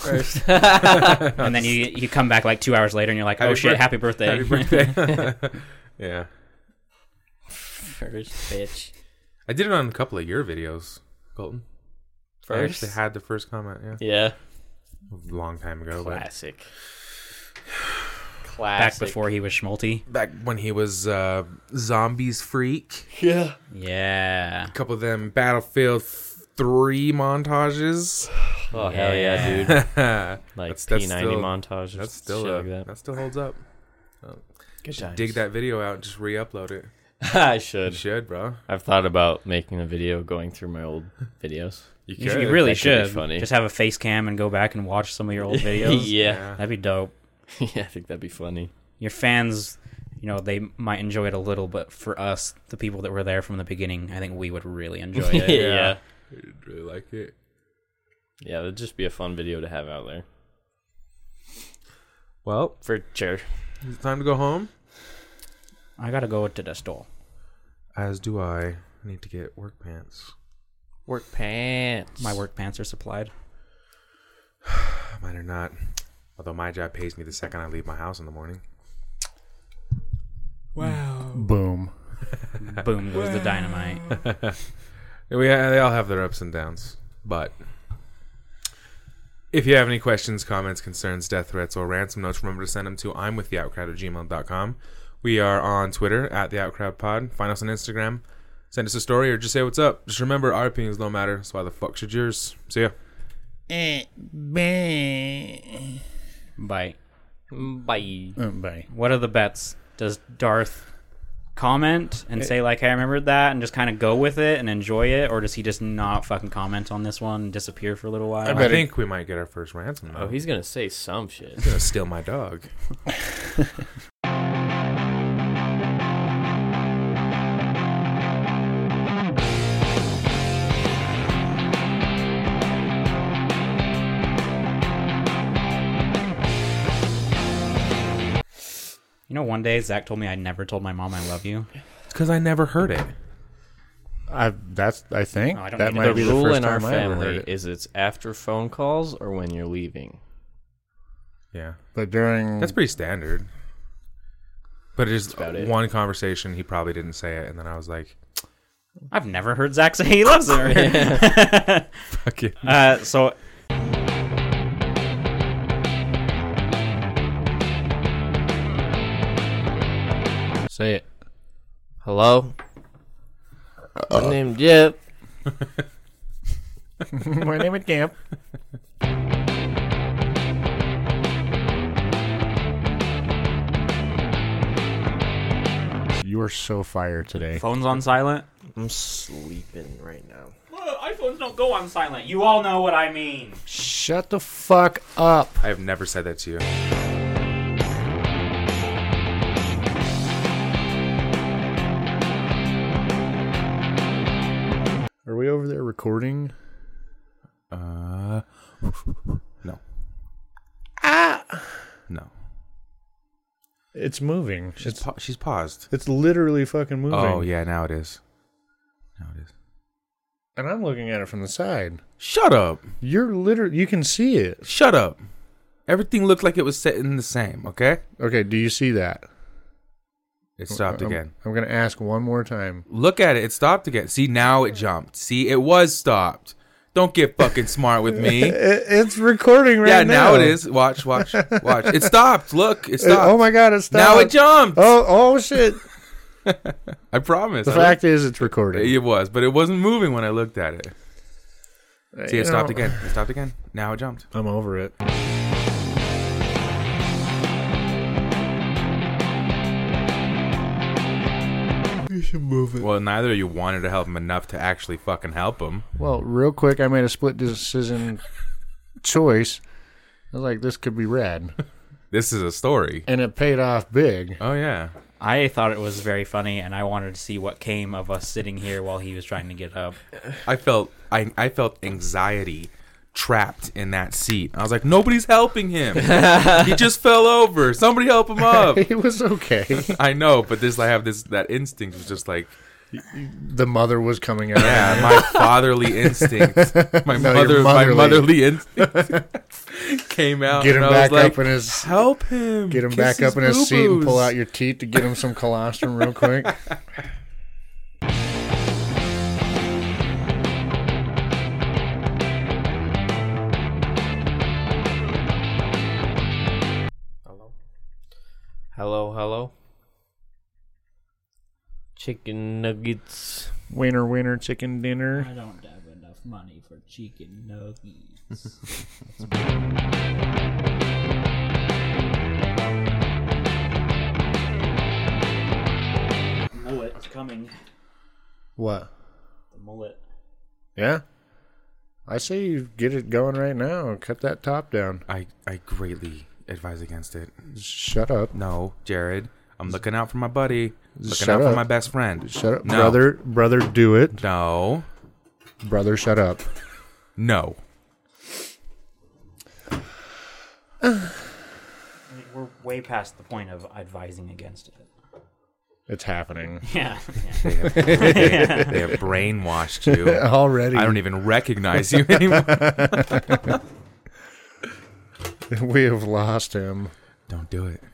Speaker 1: first,
Speaker 3: And then you you come back like 2 hours later and you're like, "Oh
Speaker 1: Happy
Speaker 3: shit,
Speaker 1: birth-
Speaker 3: happy birthday."
Speaker 1: happy birthday. yeah,
Speaker 4: first bitch.
Speaker 1: I did it on a couple of your videos, Colton. I
Speaker 4: First.
Speaker 1: actually had the first comment. Yeah,
Speaker 4: Yeah.
Speaker 1: a long time ago, but
Speaker 4: Classic.
Speaker 3: back
Speaker 4: Classic.
Speaker 3: before he was schmalty.
Speaker 1: back when he was uh, zombies freak.
Speaker 4: Yeah.
Speaker 3: Yeah.
Speaker 1: A couple of them Battlefield Three montages.
Speaker 4: Oh hell
Speaker 3: Yeah.
Speaker 4: yeah, dude.
Speaker 1: that's
Speaker 4: Like
Speaker 1: That's- that's
Speaker 4: P90
Speaker 1: still-
Speaker 4: montages.
Speaker 1: still
Speaker 4: shit
Speaker 1: uh,
Speaker 4: like that.
Speaker 1: that still holds up.
Speaker 4: Good times.
Speaker 1: Dig that video out and just re-upload it.
Speaker 4: I
Speaker 1: You
Speaker 4: should.
Speaker 1: should, bro.
Speaker 4: I've thought about making a video going through my old videos.
Speaker 3: You,
Speaker 1: could.
Speaker 3: you really
Speaker 4: that could be
Speaker 3: should.
Speaker 4: funny.
Speaker 3: Just have a face cam and go back and watch some of your old videos.
Speaker 4: yeah.
Speaker 3: That'd be dope.
Speaker 4: Yeah, I think that'd be funny.
Speaker 3: your fans, you know, they might enjoy it a little, but for us, the people that were there from the beginning, I think we would really enjoy
Speaker 4: Yeah.
Speaker 3: it.
Speaker 4: yeah.
Speaker 1: I'd really like it.
Speaker 4: that'd just be a fun video to have out there.
Speaker 1: Well,
Speaker 4: For sure.
Speaker 1: is it time to go home?
Speaker 3: I gotta go to the store.
Speaker 1: As do I. I need to get work pants.
Speaker 4: Work pants.
Speaker 3: My work pants are supplied.
Speaker 1: Mine are not. Although my job pays me the second I leave my house in the morning.
Speaker 2: Boom.
Speaker 3: Boom goes the dynamite.
Speaker 1: We uh, they all have their ups and downs, but if you have any questions, comments, concerns, death threats, or ransom notes, remember to send them to I'm with the outcrowd at gmail.com. We are on Twitter at the outcrowd pod. Find us on Instagram. Send us a story or just say what's up. Just remember, our opinions don't matter, so why the fuck should yours? See ya.
Speaker 3: Bye.
Speaker 4: Bye.
Speaker 2: Uh, bye.
Speaker 3: What are the bets? Does Darth comment and say like, "Hey, I remembered that," and just kind of go with it and enjoy it, or does he just not fucking comment on this one and disappear for a little while?
Speaker 1: I think we might get our first ransom note.
Speaker 4: Oh, he's gonna say some shit.
Speaker 1: gonna steal my dog.
Speaker 3: You know, one day Zach told me I never told my mom I love you.
Speaker 1: It's because I never heard it.
Speaker 2: I that's I think
Speaker 3: No, I don't
Speaker 2: that
Speaker 3: need
Speaker 2: might
Speaker 3: to-
Speaker 2: be the
Speaker 4: rule
Speaker 2: first
Speaker 4: in our
Speaker 2: time I ever heard
Speaker 4: family
Speaker 2: it.
Speaker 4: is it's after phone calls or when you're leaving.
Speaker 1: Yeah,
Speaker 2: But during
Speaker 1: that's pretty standard. But it's
Speaker 4: about it.
Speaker 1: one conversation. He probably didn't say it, and then I was like,
Speaker 3: I've never heard Zach say he loves her.
Speaker 1: "Fuck it."
Speaker 3: uh, so
Speaker 4: Say it. Hello. My name's Jeff.
Speaker 2: my name is Camp. You are so fired today.
Speaker 3: phones on silent.
Speaker 4: I'm sleeping right now.
Speaker 3: iPhones don't go on silent. You all know what I mean.
Speaker 2: Shut the fuck up.
Speaker 1: I have never said that to you.
Speaker 2: Are we over there recording?
Speaker 1: Uh, no. No.
Speaker 2: It's moving.
Speaker 1: She's
Speaker 2: It's
Speaker 1: pa- she's paused.
Speaker 2: it's literally fucking moving.
Speaker 1: Oh yeah, now it is. Now it is.
Speaker 2: And I'm looking at it from the side.
Speaker 1: Shut up!
Speaker 2: You're literally you can see it.
Speaker 1: Shut up! Everything looked like it was sitting the same. Okay,
Speaker 2: Okay, do you see that? Oh,
Speaker 1: it stopped
Speaker 2: I'm-
Speaker 1: again.
Speaker 2: I'm, going to ask one more time.
Speaker 1: Look at it. It stopped again. See, now it jumped. See, it was stopped. Don't get fucking smart with me.
Speaker 2: It, it's recording right
Speaker 1: yeah,
Speaker 2: now.
Speaker 1: now it is. Watch, watch, watch. It stopped. Look, it
Speaker 2: It-
Speaker 1: stopped.
Speaker 2: oh my god, it stopped.
Speaker 1: Now it jumped.
Speaker 2: Oh, oh shit.
Speaker 1: I promise.
Speaker 2: The
Speaker 1: I
Speaker 2: fact is it's recording.
Speaker 1: looked- it was, but it wasn't moving when I looked at it. See,
Speaker 2: You
Speaker 1: it stopped
Speaker 2: know,
Speaker 1: again. It stopped again. Now it jumped.
Speaker 2: I'm over it. should move it.
Speaker 1: Well, neither of you wanted to help him enough to actually fucking help him.
Speaker 2: Well, real quick, I made a split decision choice. I was like, this could be rad.
Speaker 1: This is a story.
Speaker 2: And it paid off big.
Speaker 1: Oh yeah.
Speaker 3: I thought it was very funny, and I wanted to see what came of us sitting here while he was trying to get up.
Speaker 1: I felt I I felt anxiety trapped in that seat. I was like, nobody's helping him. he just fell over. Somebody help him up.
Speaker 2: It was okay.
Speaker 1: I know, but this I have this that instinct was just like
Speaker 2: the mother was coming out.
Speaker 1: yeah, my fatherly instinct, my
Speaker 2: No,
Speaker 1: mother,
Speaker 2: your
Speaker 1: my
Speaker 2: motherly.
Speaker 1: motherly instinct came out.
Speaker 2: Get him
Speaker 1: Uh, and I was
Speaker 2: back
Speaker 1: like,
Speaker 2: up in his
Speaker 1: help him.
Speaker 2: get him
Speaker 1: Kiss
Speaker 2: back up in his seat and pull
Speaker 1: boo-boos."
Speaker 2: out your teeth to get him some colostrum real quick.
Speaker 4: Hello. Hello, hello. Chicken nuggets.
Speaker 2: Wiener wiener chicken dinner.
Speaker 5: I don't have enough money for chicken nuggets.
Speaker 3: Mullet is coming.
Speaker 2: What?
Speaker 3: The mullet.
Speaker 2: Yeah? I say you get it going right now. Cut that top down.
Speaker 1: I I greatly advise against it.
Speaker 2: Shut up.
Speaker 1: No, Jared, I'm looking out for my buddy. Looking
Speaker 2: Shut
Speaker 1: out for
Speaker 2: up.
Speaker 1: my best friend.
Speaker 2: Shut up.
Speaker 1: No.
Speaker 2: Brother brother do it.
Speaker 1: No,
Speaker 2: Brother shut up.
Speaker 1: no.
Speaker 3: We're way past the point of advising against it.
Speaker 2: It's happening.
Speaker 3: Yeah.
Speaker 1: They have, they have- they have brainwashed you.
Speaker 2: Already.
Speaker 1: I don't even recognize you anymore.
Speaker 2: we have lost him.
Speaker 1: don't do it.